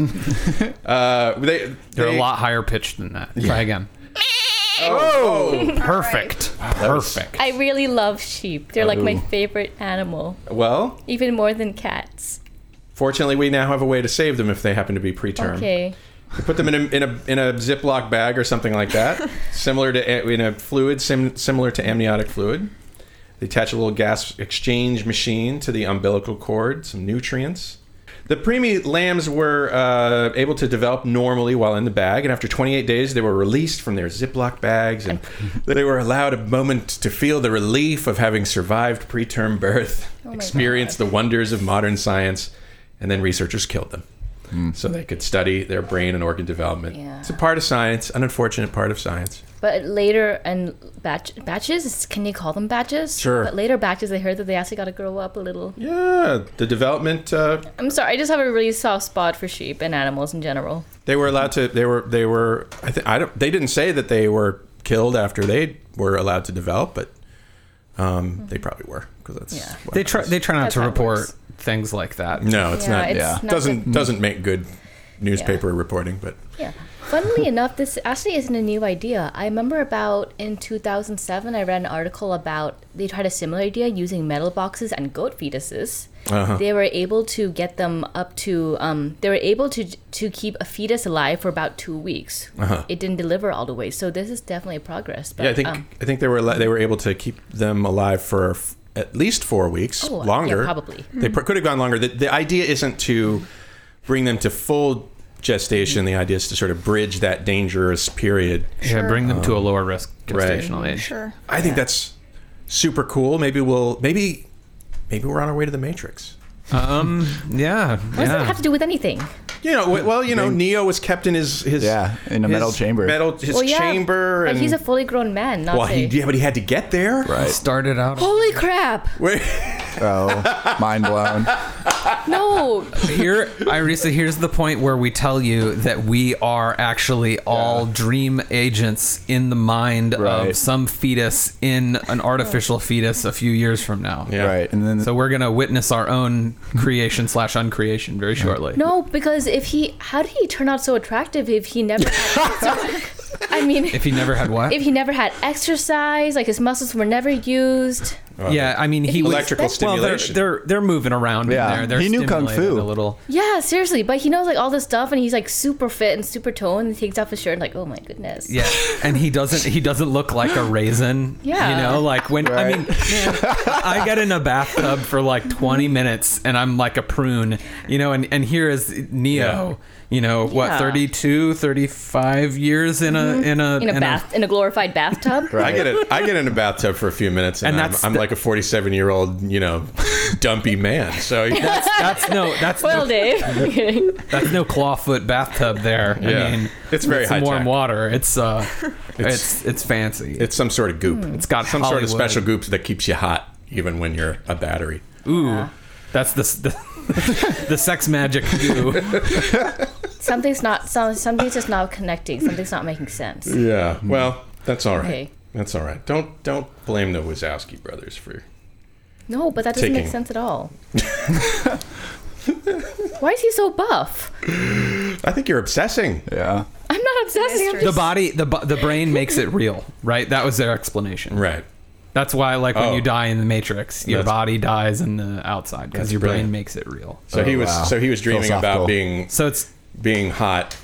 Speaker 5: uh, they,
Speaker 7: (laughs) They're
Speaker 5: they-
Speaker 7: a lot higher pitched than that. Try again.
Speaker 5: Oh,
Speaker 7: Perfect. Perfect.
Speaker 6: I really love sheep. They're like my favorite animal,
Speaker 5: well.
Speaker 6: even more than cats.
Speaker 5: Fortunately, we now have a way to save them if they happen to be preterm.
Speaker 6: Okay.
Speaker 5: You put them in a, in a in a Ziploc bag or something like that, similar to a- in a fluid sim, similar to amniotic fluid. They attach a little gas exchange machine to the umbilical cord, some nutrients. The preemie lambs were uh, able to develop normally while in the bag, and after 28 days, they were released from their Ziploc bags, and they were allowed a moment to feel the relief of having survived preterm birth, experience the wonders of modern science, and then researchers killed them so they could study their brain and organ development.
Speaker 6: Yeah.
Speaker 5: It's a part of science, an unfortunate part of science.
Speaker 6: But later and batch, batches, can you call them batches?
Speaker 5: Sure.
Speaker 6: But later batches, I heard that they actually got to grow up a little.
Speaker 5: Yeah, the development. Uh,
Speaker 6: I'm sorry, I just have a really soft spot for sheep and animals in general.
Speaker 5: they were allowed to. They were. They were. I think. I don't. They didn't say that they were killed after they were allowed to develop, but um, they probably were because that's.
Speaker 6: Mm-hmm. Yeah.
Speaker 5: what
Speaker 7: They
Speaker 5: it
Speaker 7: try.
Speaker 5: is.
Speaker 7: They try not
Speaker 6: That's
Speaker 7: to
Speaker 6: how it
Speaker 7: report
Speaker 6: works.
Speaker 7: things like that.
Speaker 5: no, it's
Speaker 6: Yeah,
Speaker 5: not.
Speaker 6: it's
Speaker 5: yeah,
Speaker 6: not
Speaker 5: doesn't doesn't make good newspaper reporting, but
Speaker 6: Yeah. Funnily enough, this actually isn't a new idea. I remember about in 2007, I read an article about they tried a similar idea using metal boxes and goat fetuses.
Speaker 5: Uh-huh.
Speaker 6: They were able to get them up to. Um, they were able to to keep a fetus alive for about two weeks. It didn't deliver all the way, so this is definitely progress. But,
Speaker 5: Uh-huh. yeah, I think
Speaker 6: um,
Speaker 5: I think they were allo- they were able to keep them alive for f- at least four weeks
Speaker 6: Oh, yeah,
Speaker 5: longer.
Speaker 6: probably.
Speaker 5: They pr- could have gone longer. The, the idea isn't to bring them to full gestation. The idea is to sort of bridge that dangerous period.
Speaker 7: Yeah, bring them
Speaker 5: Um,
Speaker 7: to a lower risk gestational age.
Speaker 2: Sure.
Speaker 5: I think that's super cool. Maybe we'll maybe maybe we're on our way to the Matrix.
Speaker 7: Um. Yeah.
Speaker 6: what does that
Speaker 7: yeah.
Speaker 6: have to do with anything?
Speaker 5: You know, w- well, you know, Neo was kept in his his
Speaker 3: yeah in a metal
Speaker 5: his
Speaker 3: chamber.
Speaker 5: metal his
Speaker 6: Well, yeah,
Speaker 5: chamber,
Speaker 6: but
Speaker 5: and
Speaker 6: he's a fully grown man, not
Speaker 5: well, he,
Speaker 6: a.
Speaker 5: yeah, but he had to get there. Right,
Speaker 7: started out.
Speaker 6: Holy crap!
Speaker 5: Wait. (laughs)
Speaker 3: Oh, mind blown.
Speaker 6: No,
Speaker 7: (laughs)
Speaker 5: (laughs)
Speaker 7: Here, Irisa, here's the point where we tell you that we are actually all dream agents in the mind
Speaker 3: Right.
Speaker 7: of some fetus in an artificial fetus a few years from now.
Speaker 3: Right, and then
Speaker 7: so we're gonna witness our own creation slash uncreation very shortly.
Speaker 6: no, because if he, how did he turn out so attractive if he never? I mean,
Speaker 7: If he never had what?
Speaker 6: if he never had exercise, like his muscles were never used.
Speaker 3: Oh,
Speaker 7: yeah, I mean,
Speaker 6: If
Speaker 7: he
Speaker 6: he was
Speaker 7: electrical Well,
Speaker 6: stimulation.
Speaker 7: they're, they're they're moving around
Speaker 3: Yeah,
Speaker 7: in there. They're
Speaker 3: he knew kung
Speaker 7: stimulated
Speaker 3: fu.
Speaker 7: a
Speaker 3: (laughs)
Speaker 7: little.
Speaker 6: Yeah, seriously, but he knows like all this stuff, and he's like super fit and super toned. And he takes off his shirt, and like, oh my goodness.
Speaker 7: Yeah, and he doesn't he doesn't look like a raisin.
Speaker 6: Yeah.
Speaker 7: you know, like when I mean, I get in a bathtub for like twenty minutes and I'm like a prune, you know, and and here is Neo. You know what?
Speaker 6: Yeah. Mm-hmm.
Speaker 7: 32, 35 years in a in a
Speaker 6: in a bath, in a glorified
Speaker 7: (laughs)
Speaker 6: bathtub.
Speaker 5: I get it. I get in a bathtub for a few minutes, and,
Speaker 7: And
Speaker 5: I'm,
Speaker 7: that's
Speaker 5: I'm
Speaker 7: the-
Speaker 5: like a 47 year old, you know, (laughs) dumpy man. So
Speaker 7: That's, that's no. That's
Speaker 6: (laughs) well,
Speaker 7: no, (laughs)
Speaker 6: Dave. I'm kidding.
Speaker 7: That's no clawfoot bathtub there.
Speaker 5: Yeah.
Speaker 7: I mean,
Speaker 5: It's very
Speaker 7: with some
Speaker 5: high
Speaker 7: warm
Speaker 5: tech.
Speaker 7: water. It's uh, it's it's, fancy.
Speaker 5: (laughs) it's some sort of goop. It's
Speaker 7: got
Speaker 5: some sort of
Speaker 7: Hollywood.
Speaker 5: special goop that keeps you hot even when you're a battery.
Speaker 7: Ooh, that's the, the the (laughs) sex magic goo.
Speaker 6: (laughs)
Speaker 5: (laughs)
Speaker 6: Something's not. Some, something's just not connecting. Something's not making sense.
Speaker 5: Yeah. Well, that's all right.
Speaker 6: Okay.
Speaker 5: That's all right. Don't don't blame the Wazowski brothers for.
Speaker 6: No, but that doesn't make
Speaker 5: Taking-
Speaker 6: sense at all.
Speaker 7: (laughs)
Speaker 6: Why is he so buff?
Speaker 5: I think you're obsessing.
Speaker 3: Yeah.
Speaker 6: I'm not obsessing. I'm
Speaker 7: the
Speaker 6: just,
Speaker 7: body the bo- the brain makes it real right that was their explanation
Speaker 5: Right.
Speaker 7: that's why like when
Speaker 5: Oh.
Speaker 7: you die in the matrix your
Speaker 5: That's-
Speaker 7: body dies in the outside because
Speaker 5: That's
Speaker 7: your
Speaker 5: brilliant.
Speaker 7: brain makes it real
Speaker 5: So he was so he was dreaming about
Speaker 3: Philosophical.
Speaker 5: being
Speaker 7: so it's
Speaker 5: being hot,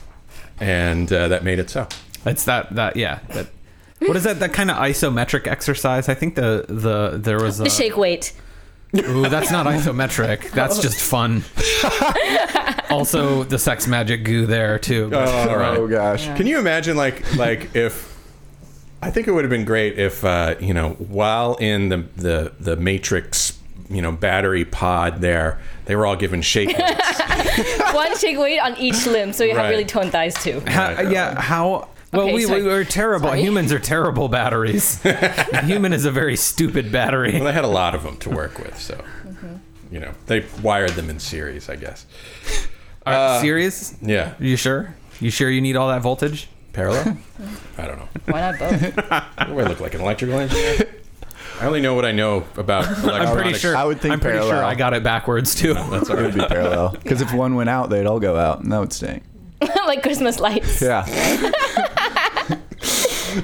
Speaker 5: and uh, that made it so.
Speaker 7: it's that that yeah that what is that that kind of isometric exercise i think the the there was a,
Speaker 6: the shake weight.
Speaker 7: ooh that's not isometric that's just
Speaker 6: (laughs)
Speaker 7: fun also the sex magic goo there too
Speaker 5: Oh, all right.
Speaker 3: Oh gosh.
Speaker 5: Can you imagine like like (laughs) if I think it would have been great if uh, you know while in the the the Matrix you know battery pod there they were all given shake. weights.
Speaker 6: One shake weight on each limb, so you
Speaker 5: Right.
Speaker 6: have really toned thighs too. (laughs)
Speaker 7: Ha- yeah how well,
Speaker 6: Okay,
Speaker 7: we,
Speaker 6: sorry.
Speaker 7: we are terrible.
Speaker 6: Sorry.
Speaker 7: Humans are terrible (laughs) batteries. Human is a very stupid battery.
Speaker 5: well, they had a lot of them to work with, so you know they wired them in series, I guess.
Speaker 7: Are you serious?
Speaker 5: Yeah,
Speaker 7: You sure? You sure you need all that voltage?
Speaker 5: parallel. I don't know.
Speaker 6: Why not
Speaker 5: (laughs) What
Speaker 6: both?
Speaker 5: do I look like an electrical engineer? I only know what I know about.
Speaker 7: I'm pretty
Speaker 5: electronics.
Speaker 7: sure.
Speaker 3: I would think
Speaker 7: I'm pretty sure
Speaker 3: parallel.
Speaker 7: I got it backwards too. (laughs)
Speaker 5: That's all
Speaker 3: It
Speaker 5: right.
Speaker 3: would be parallel because if one went out, they'd all go out, and that would stink.
Speaker 6: like Christmas lights.
Speaker 3: Yeah.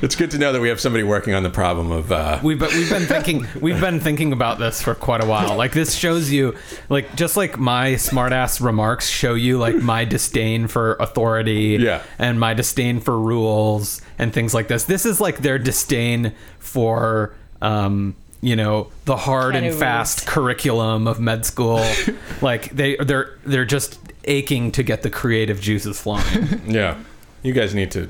Speaker 5: It's good to know that we have somebody working on the problem of. Uh,
Speaker 7: We've been, we've been thinking we've been thinking about this for quite a while. Like this shows you, like just like my smartass remarks show you, like my disdain for authority,
Speaker 5: Yeah.
Speaker 7: and my disdain for rules and things like this. This is like their disdain for, um, you know, the hard
Speaker 6: Kind
Speaker 7: and
Speaker 6: of
Speaker 7: fast curriculum of med school. like they they're they're just aching to get the creative
Speaker 5: (laughs)
Speaker 7: juices flowing
Speaker 5: yeah, you guys need to.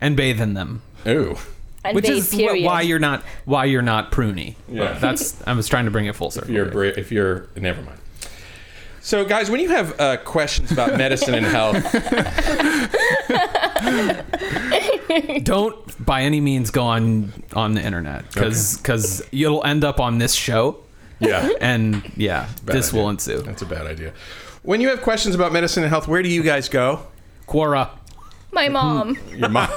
Speaker 7: and bathe in them.
Speaker 5: Ooh.
Speaker 6: And
Speaker 7: which
Speaker 6: bathe,
Speaker 7: is wh-
Speaker 6: period.
Speaker 7: why you're not why you're not pruny.
Speaker 5: Yeah.
Speaker 7: But that's I was trying to bring it full circle.
Speaker 5: If you're bra- if you're never mind. So guys, when you have uh, questions about medicine and
Speaker 7: (laughs)
Speaker 5: health,
Speaker 7: Don't by any means go on on the internet because you'll end up on this show
Speaker 5: yeah,
Speaker 7: and yeah, this will ensue.
Speaker 5: That's a bad idea. When you have questions about medicine and health, where do you guys go?
Speaker 7: Quora.
Speaker 6: My
Speaker 3: Hmm.
Speaker 6: mom.
Speaker 5: Your
Speaker 7: (laughs)
Speaker 5: mom.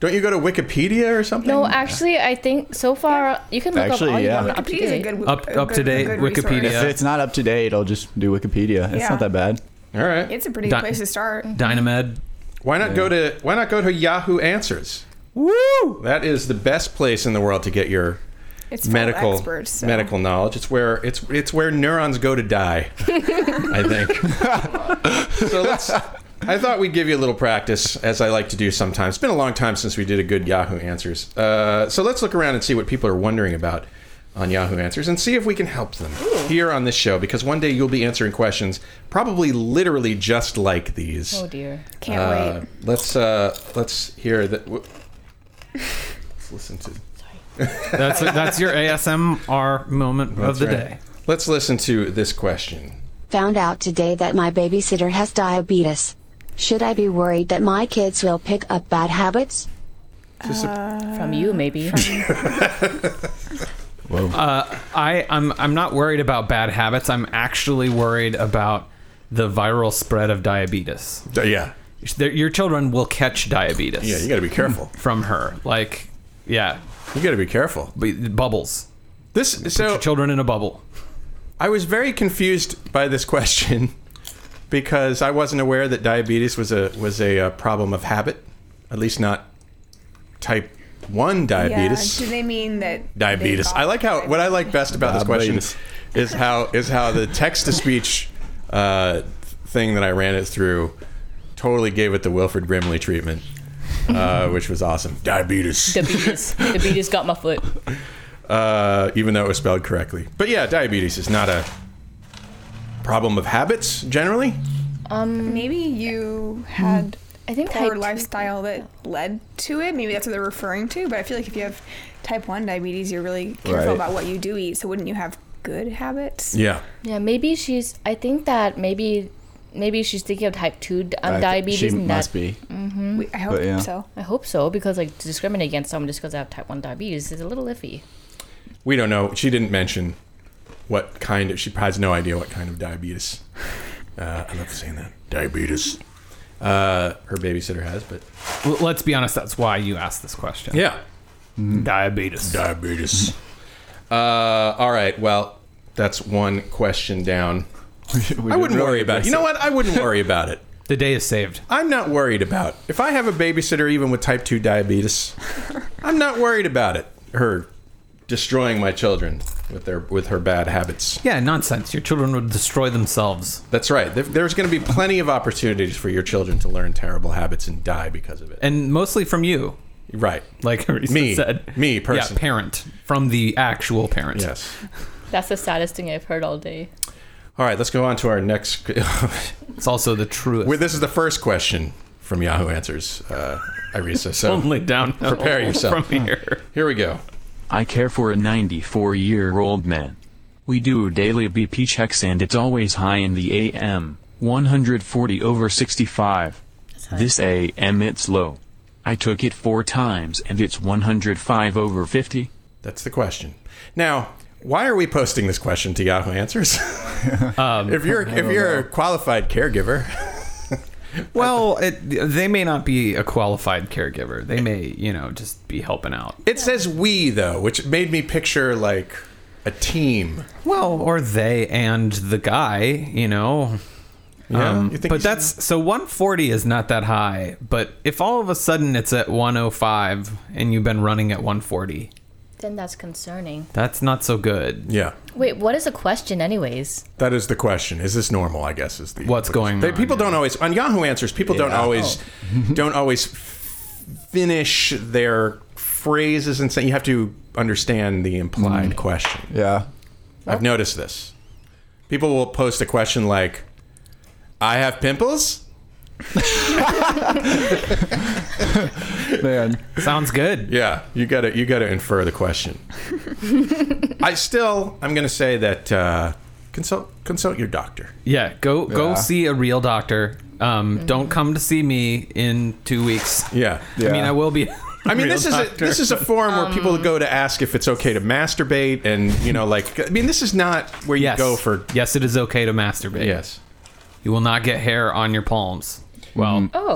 Speaker 5: Don't you go to Wikipedia or something?
Speaker 6: No, Oh, actually, I think so far you can look
Speaker 3: Actually,
Speaker 6: up all
Speaker 3: yeah.
Speaker 6: you want up to
Speaker 11: Wikipedia is a
Speaker 6: date.
Speaker 11: good w-
Speaker 7: Up-
Speaker 11: a
Speaker 7: up to date
Speaker 11: good
Speaker 7: Wikipedia.
Speaker 3: If
Speaker 11: resource.
Speaker 3: it's not up to date, I'll just do Wikipedia. It's
Speaker 11: Yeah.
Speaker 3: not that bad.
Speaker 5: All right.
Speaker 11: It's a pretty
Speaker 7: Di-
Speaker 11: good place to start.
Speaker 7: Dynamed.
Speaker 5: Why not go to Why not go to Yahoo Answers? Woo! That is the best place in the world to get your
Speaker 11: It's full of
Speaker 5: medical
Speaker 11: experts, so.
Speaker 5: medical knowledge. It's where it's it's where neurons go to die. I think.
Speaker 11: (laughs)
Speaker 5: so let's. I thought we'd give you a little practice, as I like to do sometimes. It's been a long time since we did a good Yahoo Answers. Uh, so let's look around and see what people are wondering about on Yahoo Answers and see if we can help them here on this show, because one day you'll be answering questions probably literally just like these.
Speaker 6: Oh dear.
Speaker 11: Can't
Speaker 5: Uh,
Speaker 11: wait.
Speaker 5: let's uh, let's hear that. W- let's listen to.
Speaker 7: That's that's your ASMR moment of (laughs) the
Speaker 5: That's right.
Speaker 7: day.
Speaker 5: Let's listen to this question
Speaker 12: Found out today that my babysitter has diabetes. Should I be worried that my kids will pick up bad habits?
Speaker 6: from you, maybe. (laughs)
Speaker 7: Whoa. Uh, I, I'm I'm not worried about bad habits. I'm actually worried about the viral spread of diabetes.
Speaker 5: Uh, Yeah.
Speaker 7: Your children will catch diabetes.
Speaker 5: Yeah, you gotta be careful.
Speaker 7: From her. Like, yeah.
Speaker 5: You gotta be careful.
Speaker 7: But bubbles.
Speaker 5: This
Speaker 7: Put
Speaker 5: so
Speaker 7: your children in a bubble.
Speaker 5: I was very confused by this question (laughs) because I wasn't aware that diabetes was a was a, uh problem of habit, at least not type one diabetes.
Speaker 11: Yeah, do they mean that
Speaker 5: diabetes. I like how what I like best about this question
Speaker 3: Diabetes.
Speaker 5: is how is how the text to speech uh, thing that I ran it through totally gave it the Wilfred Brimley treatment, (laughs) uh, which was awesome. Diabetes,
Speaker 6: the beatus. The beatus got my foot.
Speaker 5: uh, even though it was spelled correctly. But yeah, diabetes is not a problem of habits generally.
Speaker 6: Um,
Speaker 11: maybe you had
Speaker 6: Mm. I think
Speaker 11: poor
Speaker 6: type two-
Speaker 11: lifestyle that led to it. Maybe that's what they're referring to. But I feel like if you have type one diabetes, you're really careful
Speaker 5: Right.
Speaker 11: about what you do eat. So wouldn't you have good habits?
Speaker 5: Yeah.
Speaker 6: Yeah, maybe she's. I think that maybe, maybe she's thinking of type two d- um,
Speaker 3: I thi-
Speaker 6: diabetes.
Speaker 3: she
Speaker 6: and
Speaker 3: must
Speaker 6: that,
Speaker 3: be.
Speaker 6: hmm
Speaker 3: We- I hope But, yeah. so.
Speaker 6: I hope so because like to discriminate against someone just because they have type one diabetes is a little iffy.
Speaker 5: We don't know. She didn't mention what kind of. She has no idea what kind of diabetes. Uh, I love saying that. Diabetes. Uh, her babysitter has, but
Speaker 7: L- let's be honest, that's why you asked this question.
Speaker 5: yeah.
Speaker 7: Diabetes.
Speaker 5: Diabetes. Uh, all right. Well, that's one question down. I wouldn't
Speaker 7: really
Speaker 5: worry about it.
Speaker 7: address
Speaker 5: You know
Speaker 7: it.
Speaker 5: what? I wouldn't worry about it.
Speaker 7: The day is saved.
Speaker 5: (laughs) I'm not worried about. If I have a babysitter even with type 2 diabetes, I'm not worried about it. Her destroying my children with their with her bad habits.
Speaker 7: Yeah, nonsense. Your children would destroy themselves.
Speaker 5: That's right. There- There's going to be plenty of opportunities for your children to learn terrible habits and die because of it.
Speaker 7: And mostly from you.
Speaker 5: Right.
Speaker 7: Like
Speaker 5: (laughs)
Speaker 7: Harissa
Speaker 5: Me.
Speaker 7: said.
Speaker 5: Me,
Speaker 7: Yeah,
Speaker 5: person.
Speaker 7: parent. From the actual parent.
Speaker 5: Yes.
Speaker 6: That's the saddest thing I've heard all day.
Speaker 5: All right, let's go on to our next. (laughs) it's
Speaker 7: also the truest.
Speaker 5: Well, this is the first question from Yahoo Answers, uh, Irisa. So
Speaker 7: (laughs) Only down
Speaker 5: Prepare yourself.
Speaker 7: from here.
Speaker 5: Here we go.
Speaker 13: I care for a 94 year old man. We do daily BP checks and it's always high in the AM, 140 over 65. This AM it's low. I took it four times and it's 105 over 50.
Speaker 5: That's the question. Now, why are we posting this question to Yahoo
Speaker 7: (laughs)
Speaker 5: Answers? if you're
Speaker 7: Um, I
Speaker 5: if
Speaker 7: don't
Speaker 5: you're
Speaker 7: know.
Speaker 5: a qualified caregiver, (laughs)
Speaker 7: Well, it, they may not be a qualified caregiver. They may, you know, just be helping out.
Speaker 5: it says we though, which made me picture like a team.
Speaker 7: Well, or they and the guy, you know.
Speaker 5: Yeah,
Speaker 7: Um,
Speaker 5: you think
Speaker 7: but that's so 140 is not that high. But if all of a sudden it's at 105 and you've been running at 140,
Speaker 6: Then that's concerning.
Speaker 7: that's not so good.
Speaker 5: Yeah,
Speaker 6: Wait, what is the question, anyways?
Speaker 5: that is the question. Is this normal? I guess is the
Speaker 7: what's going
Speaker 5: They,
Speaker 7: on.
Speaker 5: people don't always on Yahoo Answers. People don't
Speaker 7: Yeah. Oh.
Speaker 5: always
Speaker 7: (laughs)
Speaker 5: don't always finish their phrases and say you have to understand the
Speaker 7: Mm.
Speaker 5: implied question.
Speaker 3: Yeah,
Speaker 5: I've noticed this. People will post a question like, "I have pimples."
Speaker 3: Man,
Speaker 7: sounds good.
Speaker 5: (laughs) Yeah, you gotta you gotta infer the (laughs) question. I still I'm gonna say that uh, consult consult your doctor.
Speaker 7: Yeah, go go
Speaker 5: Yeah.
Speaker 7: see a real doctor. Um, Don't come to see me in two weeks.
Speaker 5: Yeah,
Speaker 7: I mean
Speaker 5: Yeah.
Speaker 7: I will
Speaker 5: (laughs)
Speaker 7: be.
Speaker 5: I mean,
Speaker 7: real
Speaker 5: this is a,
Speaker 7: doctor.
Speaker 5: this is a forum where
Speaker 7: Um,
Speaker 5: people go to ask if it's okay to masturbate, and you know, like, I mean, this is not where you
Speaker 7: Yes.
Speaker 5: go for.
Speaker 7: Yes, it is okay to masturbate.
Speaker 5: Yes.
Speaker 7: You will not get hair on your palms. Well,
Speaker 3: Mm, (laughs)
Speaker 6: Oh,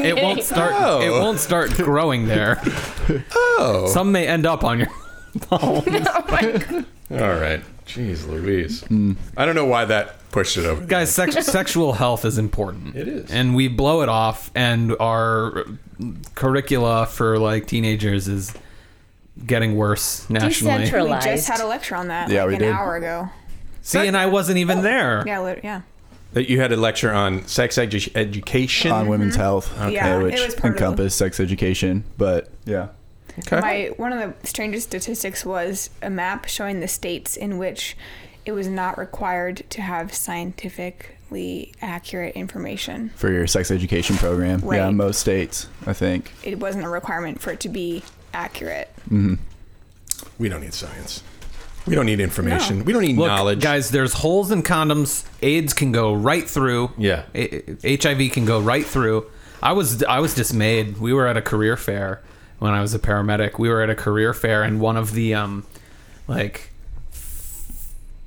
Speaker 7: it won't start. It won't
Speaker 5: (laughs)
Speaker 7: start growing there.
Speaker 5: Oh,
Speaker 7: Some may end up on your palms.
Speaker 5: all right. Jeez, Louise.
Speaker 7: Mm.
Speaker 5: I don't know why that pushed it over.
Speaker 7: Guys, sex, sexual health is important. It
Speaker 5: is,
Speaker 7: and we blow it off. And our curricula for like teenagers is getting worse nationally.
Speaker 11: We just had a lecture on that
Speaker 7: Yeah,
Speaker 11: like
Speaker 7: we
Speaker 11: an
Speaker 7: did.
Speaker 11: hour ago.
Speaker 7: See, and I wasn't even there.
Speaker 11: Yeah, lit- yeah.
Speaker 5: That you had a lecture on sex edu- education
Speaker 3: on women's health,
Speaker 11: Okay. Mm-hmm. Yeah, it
Speaker 3: which
Speaker 11: was part of the-
Speaker 3: encompass sex education. But yeah,
Speaker 11: My one of the strangest statistics was a map showing the states in which it was not required to have scientifically accurate information.
Speaker 3: for your sex education program, yeah,
Speaker 11: Right.
Speaker 3: most states, I think.
Speaker 11: It wasn't a requirement for it to be accurate.
Speaker 3: hmm
Speaker 5: We don't need science. We don't need information. We don't need
Speaker 7: Look,
Speaker 5: knowledge.
Speaker 7: guys. There's holes in condoms. AIDS can go right through.
Speaker 5: Yeah.
Speaker 7: A- HIV can go right through. I was I was dismayed. We were at a career fair when I was a paramedic. We were at a career fair, and one of the um, like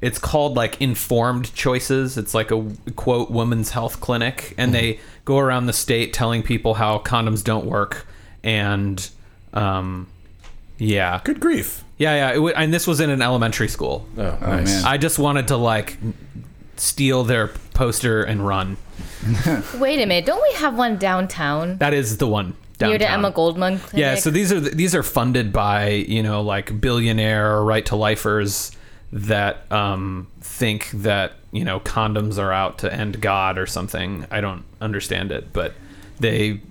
Speaker 7: it's called like informed choices it's like a quote women's health clinic and they go around the state telling people how condoms don't work and um yeah
Speaker 5: good grief
Speaker 7: yeah yeah it w- and this was in an elementary school
Speaker 5: oh,
Speaker 3: Oh, nice. man.
Speaker 7: i just wanted to like steal their poster and run
Speaker 6: Wait a minute. Don't we have one downtown?
Speaker 7: that is the one
Speaker 6: Near the
Speaker 7: downtown.
Speaker 6: Emma Goldman Clinic?
Speaker 7: Yeah, so these are these are funded by you know like billionaire or right to lifers that um, think that you know condoms are out to end God or something. I don't understand it, but they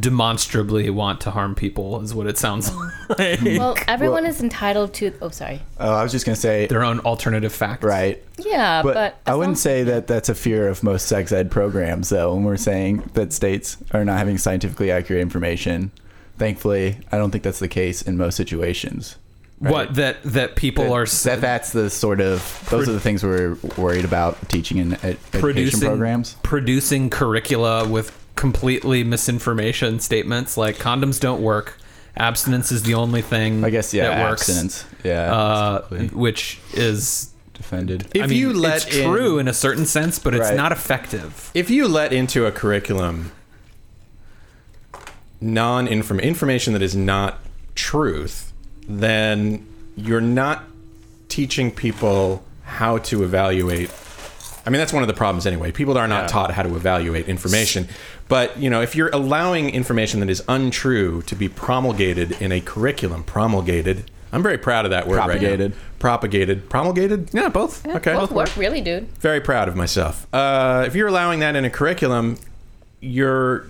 Speaker 7: demonstrably want to harm people is what it sounds (laughs) like.
Speaker 6: well, everyone is entitled to. Oh, sorry.
Speaker 3: Oh, I was just gonna say
Speaker 7: their own alternative facts,
Speaker 3: right?
Speaker 6: Yeah, but,
Speaker 3: I wouldn't say that that's a fear of most sex ed programs, though. When we're saying that states are not having scientifically accurate information, thankfully, I don't think that's the case in most situations.
Speaker 7: What that that people
Speaker 3: That-
Speaker 7: are
Speaker 3: that that's the sort of those are the things we're worried about teaching in ed- education
Speaker 7: producing
Speaker 3: programs.
Speaker 7: producing curricula with completely misinformation statements like condoms don't work abstinence is the only thing i guess
Speaker 3: yeah,
Speaker 7: that works
Speaker 3: abstinence. Yeah,
Speaker 7: uh, which is
Speaker 3: defended
Speaker 7: if
Speaker 5: If you
Speaker 7: you
Speaker 5: let
Speaker 7: it's true
Speaker 5: in-
Speaker 7: in a certain sense but it's
Speaker 5: Right.
Speaker 7: not effective
Speaker 5: if you let into a curriculum non information that is not truth, then you're not teaching people how to evaluate. I mean, that's one of the problems anyway. People are not taught how to evaluate information. But, you know, if you're allowing information that is untrue to be promulgated in a curriculum, promulgated, I'm very proud of that word right
Speaker 3: Propagated.
Speaker 5: now. Propagated. Promulgated?
Speaker 7: Yeah, both.
Speaker 5: okay.
Speaker 6: Both work, really, dude.
Speaker 5: Very proud of myself. Uh, if you're allowing that in a curriculum, you're.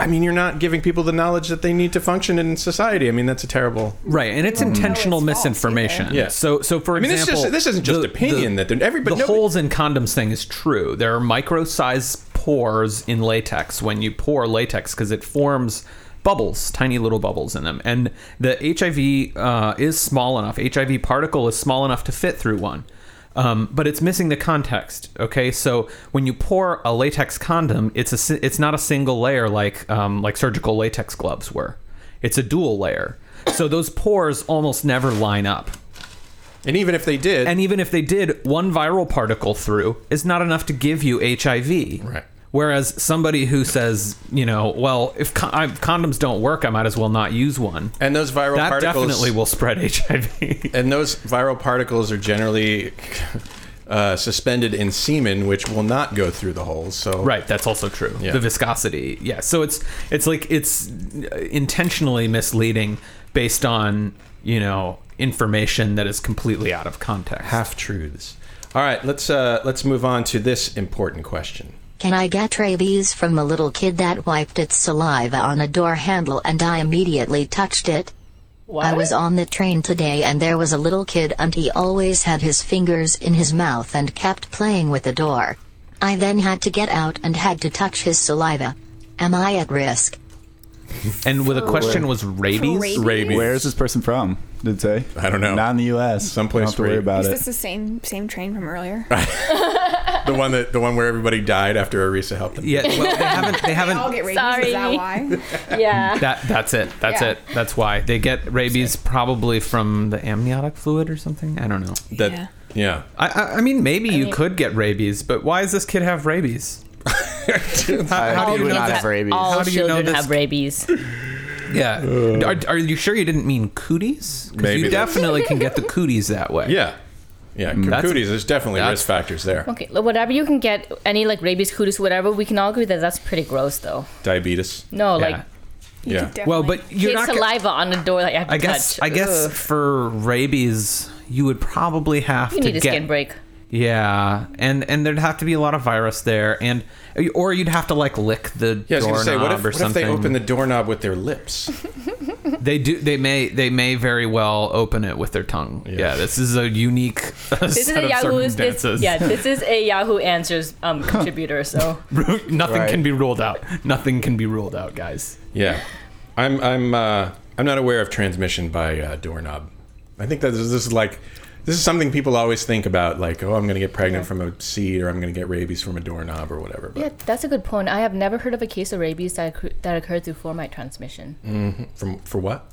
Speaker 5: I mean, you're not giving people the knowledge that they need to function in society. I mean, that's a terrible.
Speaker 7: right and
Speaker 3: Hmm.
Speaker 7: it's intentional misinformation
Speaker 5: Yeah.
Speaker 7: so so for
Speaker 5: I mean, this is
Speaker 7: example
Speaker 5: just- this isn't just opinion that they're- everybody-
Speaker 7: the
Speaker 5: nobody-
Speaker 7: holes in condoms thing is true there are micro size pores in latex when you pour latex because it forms bubbles tiny little bubbles in them and the hiv uh, is small enough hiv particle is small enough to fit through one um, but it's missing the context. Okay, so when you pour a latex condom, it's a si- it's not a single layer like um, like surgical latex gloves were. It's a dual layer. So those pores almost never line up.
Speaker 5: And even if they did,
Speaker 7: and even if they did, one viral particle through is not enough to give you HIV. Right. Whereas somebody who says, you know, well, if con- I, condoms don't work, I might as well not use one.
Speaker 5: And those viral
Speaker 7: that
Speaker 5: particles-
Speaker 7: definitely will spread (laughs) HIV.
Speaker 5: And those viral particles are generally uh, suspended in semen, which will not go through the holes. So
Speaker 7: Right, that's also true.
Speaker 5: Yeah.
Speaker 7: The viscosity, yeah. So it's it's like it's intentionally misleading based on you know information that is completely out of context.
Speaker 5: Half truths. All right, let's uh, let's move on to this important question.
Speaker 8: Can I get rabies from a little kid that wiped its saliva on a door handle and I immediately touched it? I was on the train today and there was a little kid and he always had his fingers in his mouth and kept playing with the door. I then had to get out and had to touch his saliva. Am I at risk?
Speaker 7: And with a question
Speaker 3: Where-
Speaker 7: was rabies?
Speaker 3: rabies. Where is this person from? Did it say? I don't know. Not in the U.S. Someplace. Don't have to worry about
Speaker 11: Is
Speaker 3: it.
Speaker 11: this the same same train from earlier?
Speaker 5: The one that the one where everybody died after Arisa helped them.
Speaker 7: Yeah, well, they haven't. They haven't.
Speaker 11: all get rabies.
Speaker 6: Sorry.
Speaker 11: Is that why?
Speaker 6: (laughs) yeah.
Speaker 7: That that's it. That's
Speaker 11: Yeah.
Speaker 7: it. That's why they get rabies probably from the amniotic fluid or something. I don't know.
Speaker 5: That yeah.
Speaker 7: I I, I mean maybe you
Speaker 6: mean-
Speaker 7: could get rabies, but why does this kid
Speaker 5: (laughs)
Speaker 7: have rabies? how,
Speaker 6: All kids All
Speaker 7: How do you know
Speaker 6: children
Speaker 7: this
Speaker 6: have rabies.
Speaker 7: Yeah. Are, are you sure you didn't mean cooties? Because
Speaker 5: Maybe
Speaker 7: you
Speaker 5: that's-
Speaker 7: definitely can
Speaker 6: (laughs)
Speaker 7: get the cooties that way.
Speaker 5: Yeah. Yeah,
Speaker 7: Mm. That's-
Speaker 5: cooties. There's definitely risk factors there.
Speaker 6: Okay, look, whatever you can get, any like rabies, cooties, whatever, we can all agree that that's pretty gross, though.
Speaker 5: Diabetes.
Speaker 6: No, like
Speaker 5: yeah.
Speaker 7: Well, but you're
Speaker 6: Kids'
Speaker 7: not. go-
Speaker 6: saliva on the door like I have to
Speaker 7: I guess.
Speaker 6: touch.
Speaker 7: I guess
Speaker 6: Ugh.
Speaker 7: for rabies, you would probably have
Speaker 6: you
Speaker 7: to
Speaker 6: need a
Speaker 7: get.
Speaker 6: skin break.
Speaker 7: Yeah, and and there'd have to be a lot of virus there, and or you'd have to like lick the
Speaker 5: Yeah, I was
Speaker 7: doorknob
Speaker 5: gonna say, what if,
Speaker 7: or
Speaker 5: what if
Speaker 7: something.
Speaker 5: they open the doorknob with their lips?
Speaker 7: (laughs) They do. They may. They may very well open it with their tongue. Yeah, this is a unique (laughs)
Speaker 6: This is
Speaker 7: set
Speaker 6: a
Speaker 7: of
Speaker 6: Yahoo. This,
Speaker 7: circumstances.
Speaker 6: yeah, this is a Yahoo Answers um, contributor. So
Speaker 7: (laughs) Nothing
Speaker 5: Right.
Speaker 7: can be ruled out. Nothing can be ruled out, guys.
Speaker 5: Yeah, I'm I'm uh, I'm not aware of transmission by uh, doorknob I think that this is, this is like this is something people always think about, like, oh, I'm going to get pregnant from a seed, or I'm going to get rabies from a doorknob, or whatever. But
Speaker 6: Yeah, that's a good point. I have never heard of a case of rabies that, occur- that occurred through formite transmission.
Speaker 5: Mhm. from for what?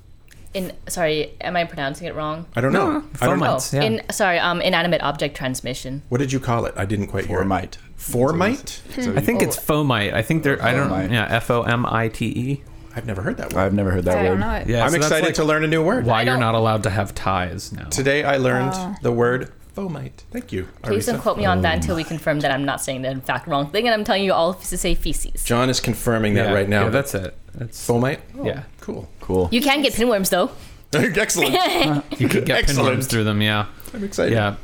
Speaker 6: In sorry, am I pronouncing it wrong?
Speaker 5: I don't know. No, I don't know.
Speaker 6: Oh, in sorry, um, inanimate object transmission.
Speaker 5: What did you call it? I didn't quite Formite. hear. Formite. Formite.
Speaker 6: Hmm.
Speaker 7: I think
Speaker 6: Oh.
Speaker 7: it's fomite. I think there. I don't. Yeah, F O M I T E.
Speaker 5: I've never heard that
Speaker 7: word. I've
Speaker 3: never heard that I don't word. know it.
Speaker 7: Yeah,
Speaker 5: I'm
Speaker 7: so that's
Speaker 5: excited
Speaker 7: like
Speaker 5: to learn a new word.
Speaker 7: Why you're not allowed to have ties now?
Speaker 5: Today I learned
Speaker 6: Oh.
Speaker 5: the word fomite. Thank you.
Speaker 6: Please don't
Speaker 5: Arisa.
Speaker 6: quote me on that until we confirm that I'm not saying the in fact wrong thing, and I'm telling you all to say feces.
Speaker 5: John is confirming that
Speaker 7: Yeah,
Speaker 5: right now.
Speaker 7: yeah, that's it. That's
Speaker 5: fomite.
Speaker 7: Yeah.
Speaker 5: Cool. Cool.
Speaker 6: You can get pinworms though.
Speaker 5: (laughs)
Speaker 6: (laughs)
Speaker 5: Excellent.
Speaker 7: you could get
Speaker 5: E. Excellent.
Speaker 7: pinworms through them. Yeah,
Speaker 5: I'm excited.
Speaker 7: Yeah,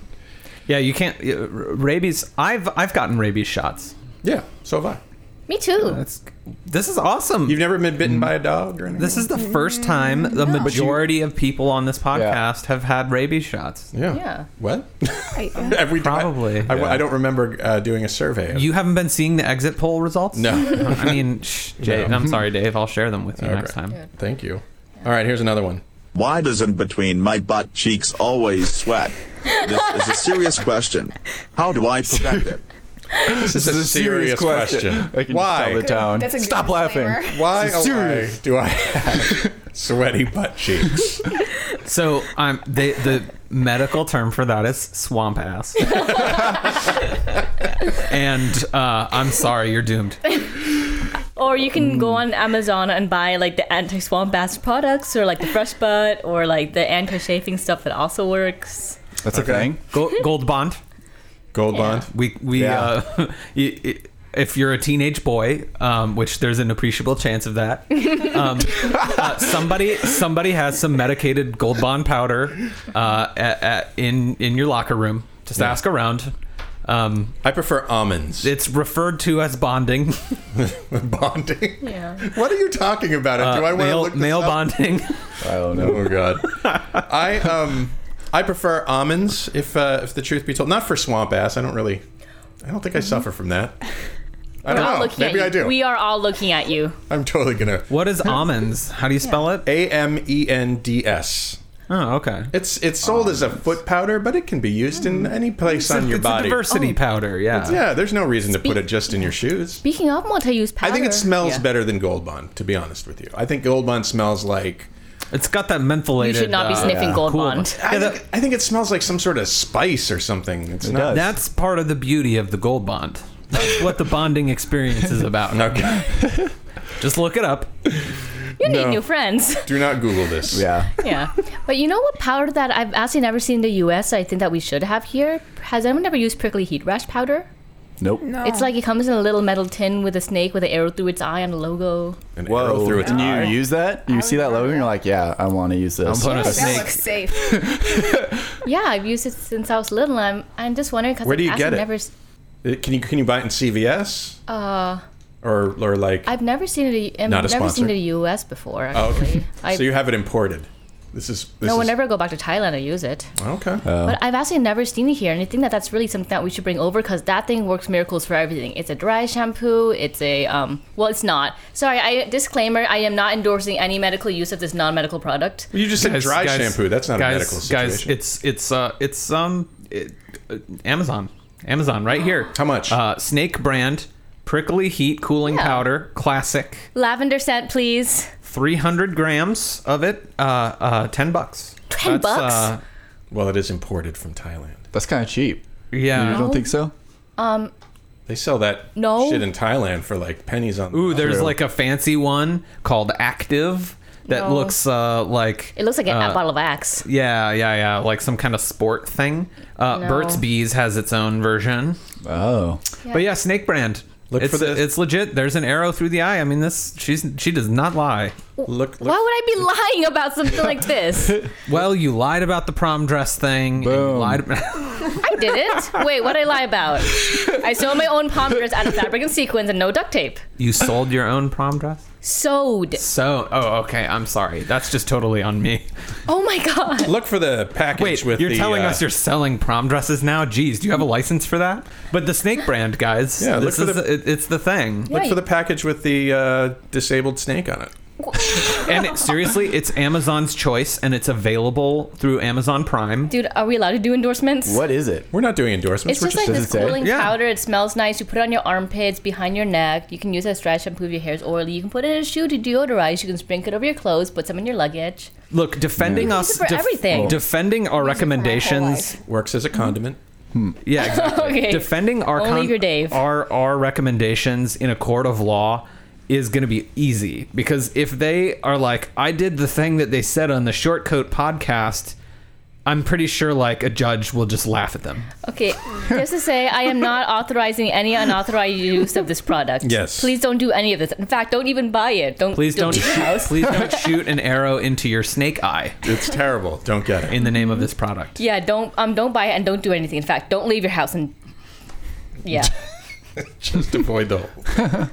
Speaker 7: yeah. You can't yeah, r- rabies. I've I've gotten rabies shots.
Speaker 5: Yeah, so have I.
Speaker 6: Me too.
Speaker 5: Uh,
Speaker 7: That's this is awesome.
Speaker 5: You've never been bitten by a dog or anything.
Speaker 7: This is the first time the majority of people on this podcast have had rabies shots.
Speaker 5: Yeah.
Speaker 6: Yeah.
Speaker 5: What? (laughs)
Speaker 6: I,
Speaker 5: Have we-
Speaker 7: Probably.
Speaker 5: I, I don't remember uh, doing a survey.
Speaker 7: You haven't been seeing the exit poll results?
Speaker 5: No.
Speaker 7: I mean, (laughs) shh, Jay,
Speaker 5: No. (laughs)
Speaker 7: I'm sorry, Dave. I'll share them with you
Speaker 5: Okay.
Speaker 7: next time.
Speaker 5: Thank you. All right, here's another one.
Speaker 14: Why doesn't between my butt cheeks always sweat? This is a serious question. How do I prevent it?
Speaker 5: This is a serious question.
Speaker 3: I can
Speaker 5: Why?
Speaker 3: tell the town.
Speaker 5: That's a good
Speaker 3: Stop laughing.
Speaker 5: (laughs) Why,
Speaker 3: This is
Speaker 5: oh, why
Speaker 3: serious.
Speaker 5: do I have sweaty butt cheeks?
Speaker 7: So um, they, the medical term for that is swamp ass. and uh, I'm sorry, you're doomed.
Speaker 6: Or you can
Speaker 5: mm.
Speaker 6: go on Amazon and buy like the anti swamp bass products, or like the fresh butt, or like the anti chafing stuff that also works.
Speaker 3: That's a thing.
Speaker 7: Gold, gold bond.
Speaker 5: Gold
Speaker 6: Yeah. bond.
Speaker 7: We we uh, (laughs) y- y- if you're a teenage boy, um, which there's an appreciable chance of
Speaker 6: (laughs)
Speaker 7: that, um, uh, somebody somebody has some medicated gold bond powder uh, at, at, in in your locker room. Just ask around. Um,
Speaker 5: I prefer almonds.
Speaker 7: It's referred to as bonding.
Speaker 5: (laughs) bonding.
Speaker 6: Yeah.
Speaker 5: What are you talking about?
Speaker 7: Uh,
Speaker 5: do I want
Speaker 7: male-
Speaker 5: to look this
Speaker 7: male
Speaker 5: up?
Speaker 7: bonding?
Speaker 3: I don't (laughs)
Speaker 5: know. Oh god. I um I prefer almonds if uh, if the truth be told. Not for swamp ass. I don't really I don't think I suffer from
Speaker 6: (laughs)
Speaker 5: that. I
Speaker 6: Mm-hmm. We're all
Speaker 5: don't know.
Speaker 6: looking
Speaker 5: Oh,
Speaker 6: at
Speaker 5: Maybe
Speaker 6: you.
Speaker 5: I do.
Speaker 6: We are all looking at you.
Speaker 5: I'm totally gonna.
Speaker 7: What is almonds? How do you spell it?
Speaker 5: A M E N D S.
Speaker 7: Oh, okay.
Speaker 5: It's it's sold as a foot powder, but it can be used
Speaker 6: Mm-hmm.
Speaker 5: in any place
Speaker 7: It's a-
Speaker 5: on your
Speaker 7: it's a
Speaker 5: body.
Speaker 7: diversity Oh. powder, yeah.
Speaker 5: It's- yeah. There's no reason to put it just in your shoes.
Speaker 6: Speaking of multi-use powder,
Speaker 5: I think it smells
Speaker 6: Yeah.
Speaker 5: better than Gold Bond. To be honest with you, I think Gold Bond smells like.
Speaker 7: It's got that mentholated. uh,
Speaker 6: You should not be sniffing Gold (laughs) Bond.
Speaker 5: I, think, I think it smells like some sort of spice or something. It's not. (laughs)
Speaker 7: That's part of the beauty of the gold bond. That's what the bonding experience is about.
Speaker 5: Okay.
Speaker 7: Just look it up.
Speaker 6: You need
Speaker 7: No.
Speaker 6: new (laughs) friends.
Speaker 5: Do not Google this.
Speaker 3: Yeah.
Speaker 6: yeah. But you know what powder that I've actually never seen in the US I think that we should have here? Has anyone ever used prickly heat rash powder?
Speaker 3: Nope.
Speaker 6: It's like it comes in a little metal tin with a snake with an arrow through its eye and a logo.
Speaker 5: An
Speaker 3: Whoa.
Speaker 5: arrow through its
Speaker 3: and
Speaker 5: eye.
Speaker 3: you use that? You see that logo and you're like, yeah, I want to use this.
Speaker 7: I'm putting a
Speaker 3: That's-
Speaker 7: snake-
Speaker 11: looks safe.
Speaker 6: Yeah, I've used it since I was little. and I'm, I'm just wondering because
Speaker 5: Where do you
Speaker 6: I've
Speaker 5: get it?
Speaker 6: never, s-
Speaker 5: Uh, Can you can you buy it in CVS
Speaker 6: uh,
Speaker 5: or or like?
Speaker 6: I've never seen it. I've
Speaker 5: Not a
Speaker 6: never
Speaker 5: sponsor.
Speaker 6: seen it in the US before.
Speaker 5: Oh,
Speaker 6: Actually.
Speaker 5: okay.
Speaker 6: I,
Speaker 5: (laughs) so you have it imported. This is this
Speaker 6: no,
Speaker 5: is,
Speaker 6: whenever I go back to Thailand, I use it.
Speaker 5: Okay.
Speaker 7: Oh.
Speaker 6: But I've actually never seen it here, and I think that that's really something that we should bring over because that thing works miracles for everything. It's a dry shampoo. It's a um. Well, it's not. Sorry, I disclaimer. I am not endorsing any medical use of this non-medical product.
Speaker 5: You just said dry shampoo. That's not a
Speaker 7: guys,
Speaker 5: medical
Speaker 7: Guys, it's it's uh it's um it, uh, Amazon, Amazon right here.
Speaker 5: How much?
Speaker 7: Uh, snake brand, prickly heat cooling
Speaker 6: Yeah.
Speaker 7: powder, classic.
Speaker 6: Lavender scent, please.
Speaker 7: Three hundred grams of it. Uh, uh, ten bucks. uh,
Speaker 6: 10 bucks?
Speaker 5: well, it is imported from Thailand.
Speaker 3: That's kind of cheap.
Speaker 7: Yeah.
Speaker 3: You don't think so?
Speaker 6: Um,
Speaker 5: They sell that
Speaker 6: No.
Speaker 5: shit in Thailand for like pennies on.
Speaker 7: Ooh, there's
Speaker 5: True.
Speaker 7: like a fancy one called Active that
Speaker 6: No.
Speaker 7: looks uh, like
Speaker 6: it looks like a-
Speaker 7: uh,
Speaker 6: a bottle of Axe.
Speaker 7: Yeah, yeah, yeah, like some kind of sport thing. Uh,
Speaker 6: No.
Speaker 7: Burt's Bees has its own version.
Speaker 3: Oh,
Speaker 7: but yeah, Snake Brand. Look it's,
Speaker 5: for the-
Speaker 7: It's legit. There's an arrow through the eye. I mean, this she's she does not lie.
Speaker 5: Look,
Speaker 6: Why would I be lying about something like this?
Speaker 7: Well, you lied about the prom dress thing. Boom. And you lied about-
Speaker 6: I didn't. Wait, what did I lie about? I sewed my own palm dress out of fabric and sequins and no duct tape.
Speaker 7: (laughs) you sold your own prom dress.
Speaker 6: Sewed.
Speaker 7: So, oh, okay. I'm sorry. That's just totally on me.
Speaker 6: Oh my
Speaker 5: (laughs)
Speaker 6: god.
Speaker 5: Look for the package
Speaker 7: Wait,
Speaker 5: with
Speaker 7: you're
Speaker 5: the,
Speaker 7: telling
Speaker 5: uh,
Speaker 7: us you're selling prom dresses now? Geez, do you have a license for that? But the snake brand, guys.
Speaker 5: Yeah, look
Speaker 7: this
Speaker 5: for
Speaker 7: is
Speaker 5: the-
Speaker 7: the, it, it's the thing.
Speaker 5: Look for the package with the uh, disabled snake on it.
Speaker 7: and it, seriously, it's Amazon's choice, and it's available through Amazon Prime.
Speaker 6: Dude, are we allowed to do endorsements?
Speaker 7: is it?
Speaker 5: We're not doing endorsements.
Speaker 6: It's just like this cooling
Speaker 7: yeah.
Speaker 6: powder. It smells nice. You put it on your armpits, behind your neck. You can use it as dry shampoo if your hair is oily. You can put it in a shoe to deodorize. You can sprinkle it over your clothes. Put some in your luggage.
Speaker 7: Look, defending
Speaker 6: Yeah. Use
Speaker 7: us,
Speaker 6: it for everything.
Speaker 7: defending our recommendations
Speaker 5: works as a
Speaker 6: Mm-hmm.
Speaker 5: condiment.
Speaker 7: Yeah, exactly.
Speaker 6: (laughs) Okay.
Speaker 7: defending our
Speaker 6: Only your Dave.
Speaker 7: our our recommendations in a court of law is going to be easy because if they are like, I did the thing that they said on the Shortcoat podcast, I'm pretty sure like a judge will just laugh at them.
Speaker 6: Okay, just to say, I am not authorizing any unauthorized use of this product.
Speaker 7: Yes.
Speaker 6: Please don't do any of this. In fact, don't even buy it. Don't.
Speaker 7: Please don't
Speaker 6: leave your
Speaker 7: shoot,
Speaker 6: house.
Speaker 7: please don't shoot an arrow into your snake eye.
Speaker 5: It's terrible. Don't get
Speaker 6: (laughs)
Speaker 5: it.
Speaker 7: In the name of this product.
Speaker 6: (laughs) Yeah, don't um, don't buy it and don't do anything. In fact, don't leave your house and
Speaker 7: (laughs)
Speaker 6: yeah,
Speaker 5: Just avoid the whole.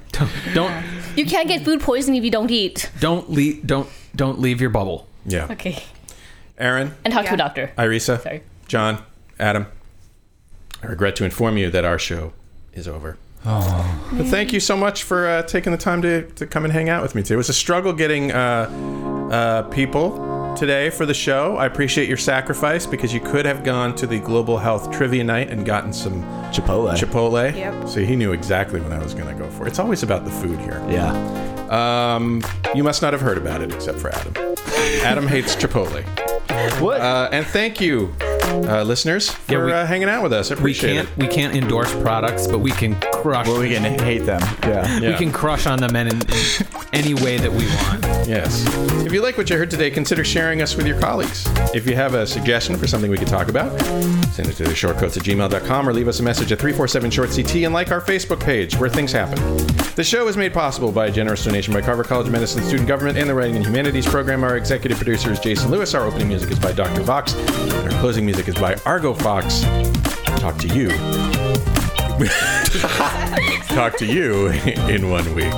Speaker 7: Don't
Speaker 6: you can't get food poisoning if you don't eat.
Speaker 7: don't leave don't don't leave your bubble.
Speaker 5: Yeah.
Speaker 6: Okay,
Speaker 5: Aaron.
Speaker 6: and talk to a doctor.
Speaker 5: Irisa.
Speaker 6: Sorry.
Speaker 5: John. Adam. I regret to inform you that our show is over.
Speaker 3: Oh.
Speaker 5: But thank you so much for uh, taking the time to, to come and hang out with me today. It was a struggle getting uh, uh, people today for the show. I appreciate your sacrifice because you could have gone to the Global Health Trivia Night and gotten some
Speaker 3: Chipotle.
Speaker 5: Chipotle.
Speaker 15: Yep.
Speaker 5: So he knew exactly what I was going to go for. It's always about the food here.
Speaker 3: Yeah.
Speaker 5: Um, you must not have heard about it except for Adam. Adam hates Chipotle.
Speaker 3: What?
Speaker 5: Uh, and thank you, uh, listeners, for
Speaker 7: we-
Speaker 5: uh, hanging out with us. I appreciate
Speaker 7: we
Speaker 5: it.
Speaker 7: can't we can't endorse products, but we can crush. Well, we
Speaker 3: can hate them. Yeah,
Speaker 5: Yeah.
Speaker 7: we can crush on them in, in any way that we want.
Speaker 5: Yes. If you like what you heard today, consider sharing us with your colleagues. If you have a suggestion for something we could talk about, send it to the shortcoats at gmail.com or leave us a message at 347-SHORT-CT and like our Facebook page, where things happen. The show is made possible by a generous donation by Carver College of Medicine Student Government and the Writing and Humanities Program. Our executive producer is Jason Lewis. Our opening music is by Dr. Vox. And our closing music is by Argo Fox. Talk to you. (laughs) Talk to you in one week.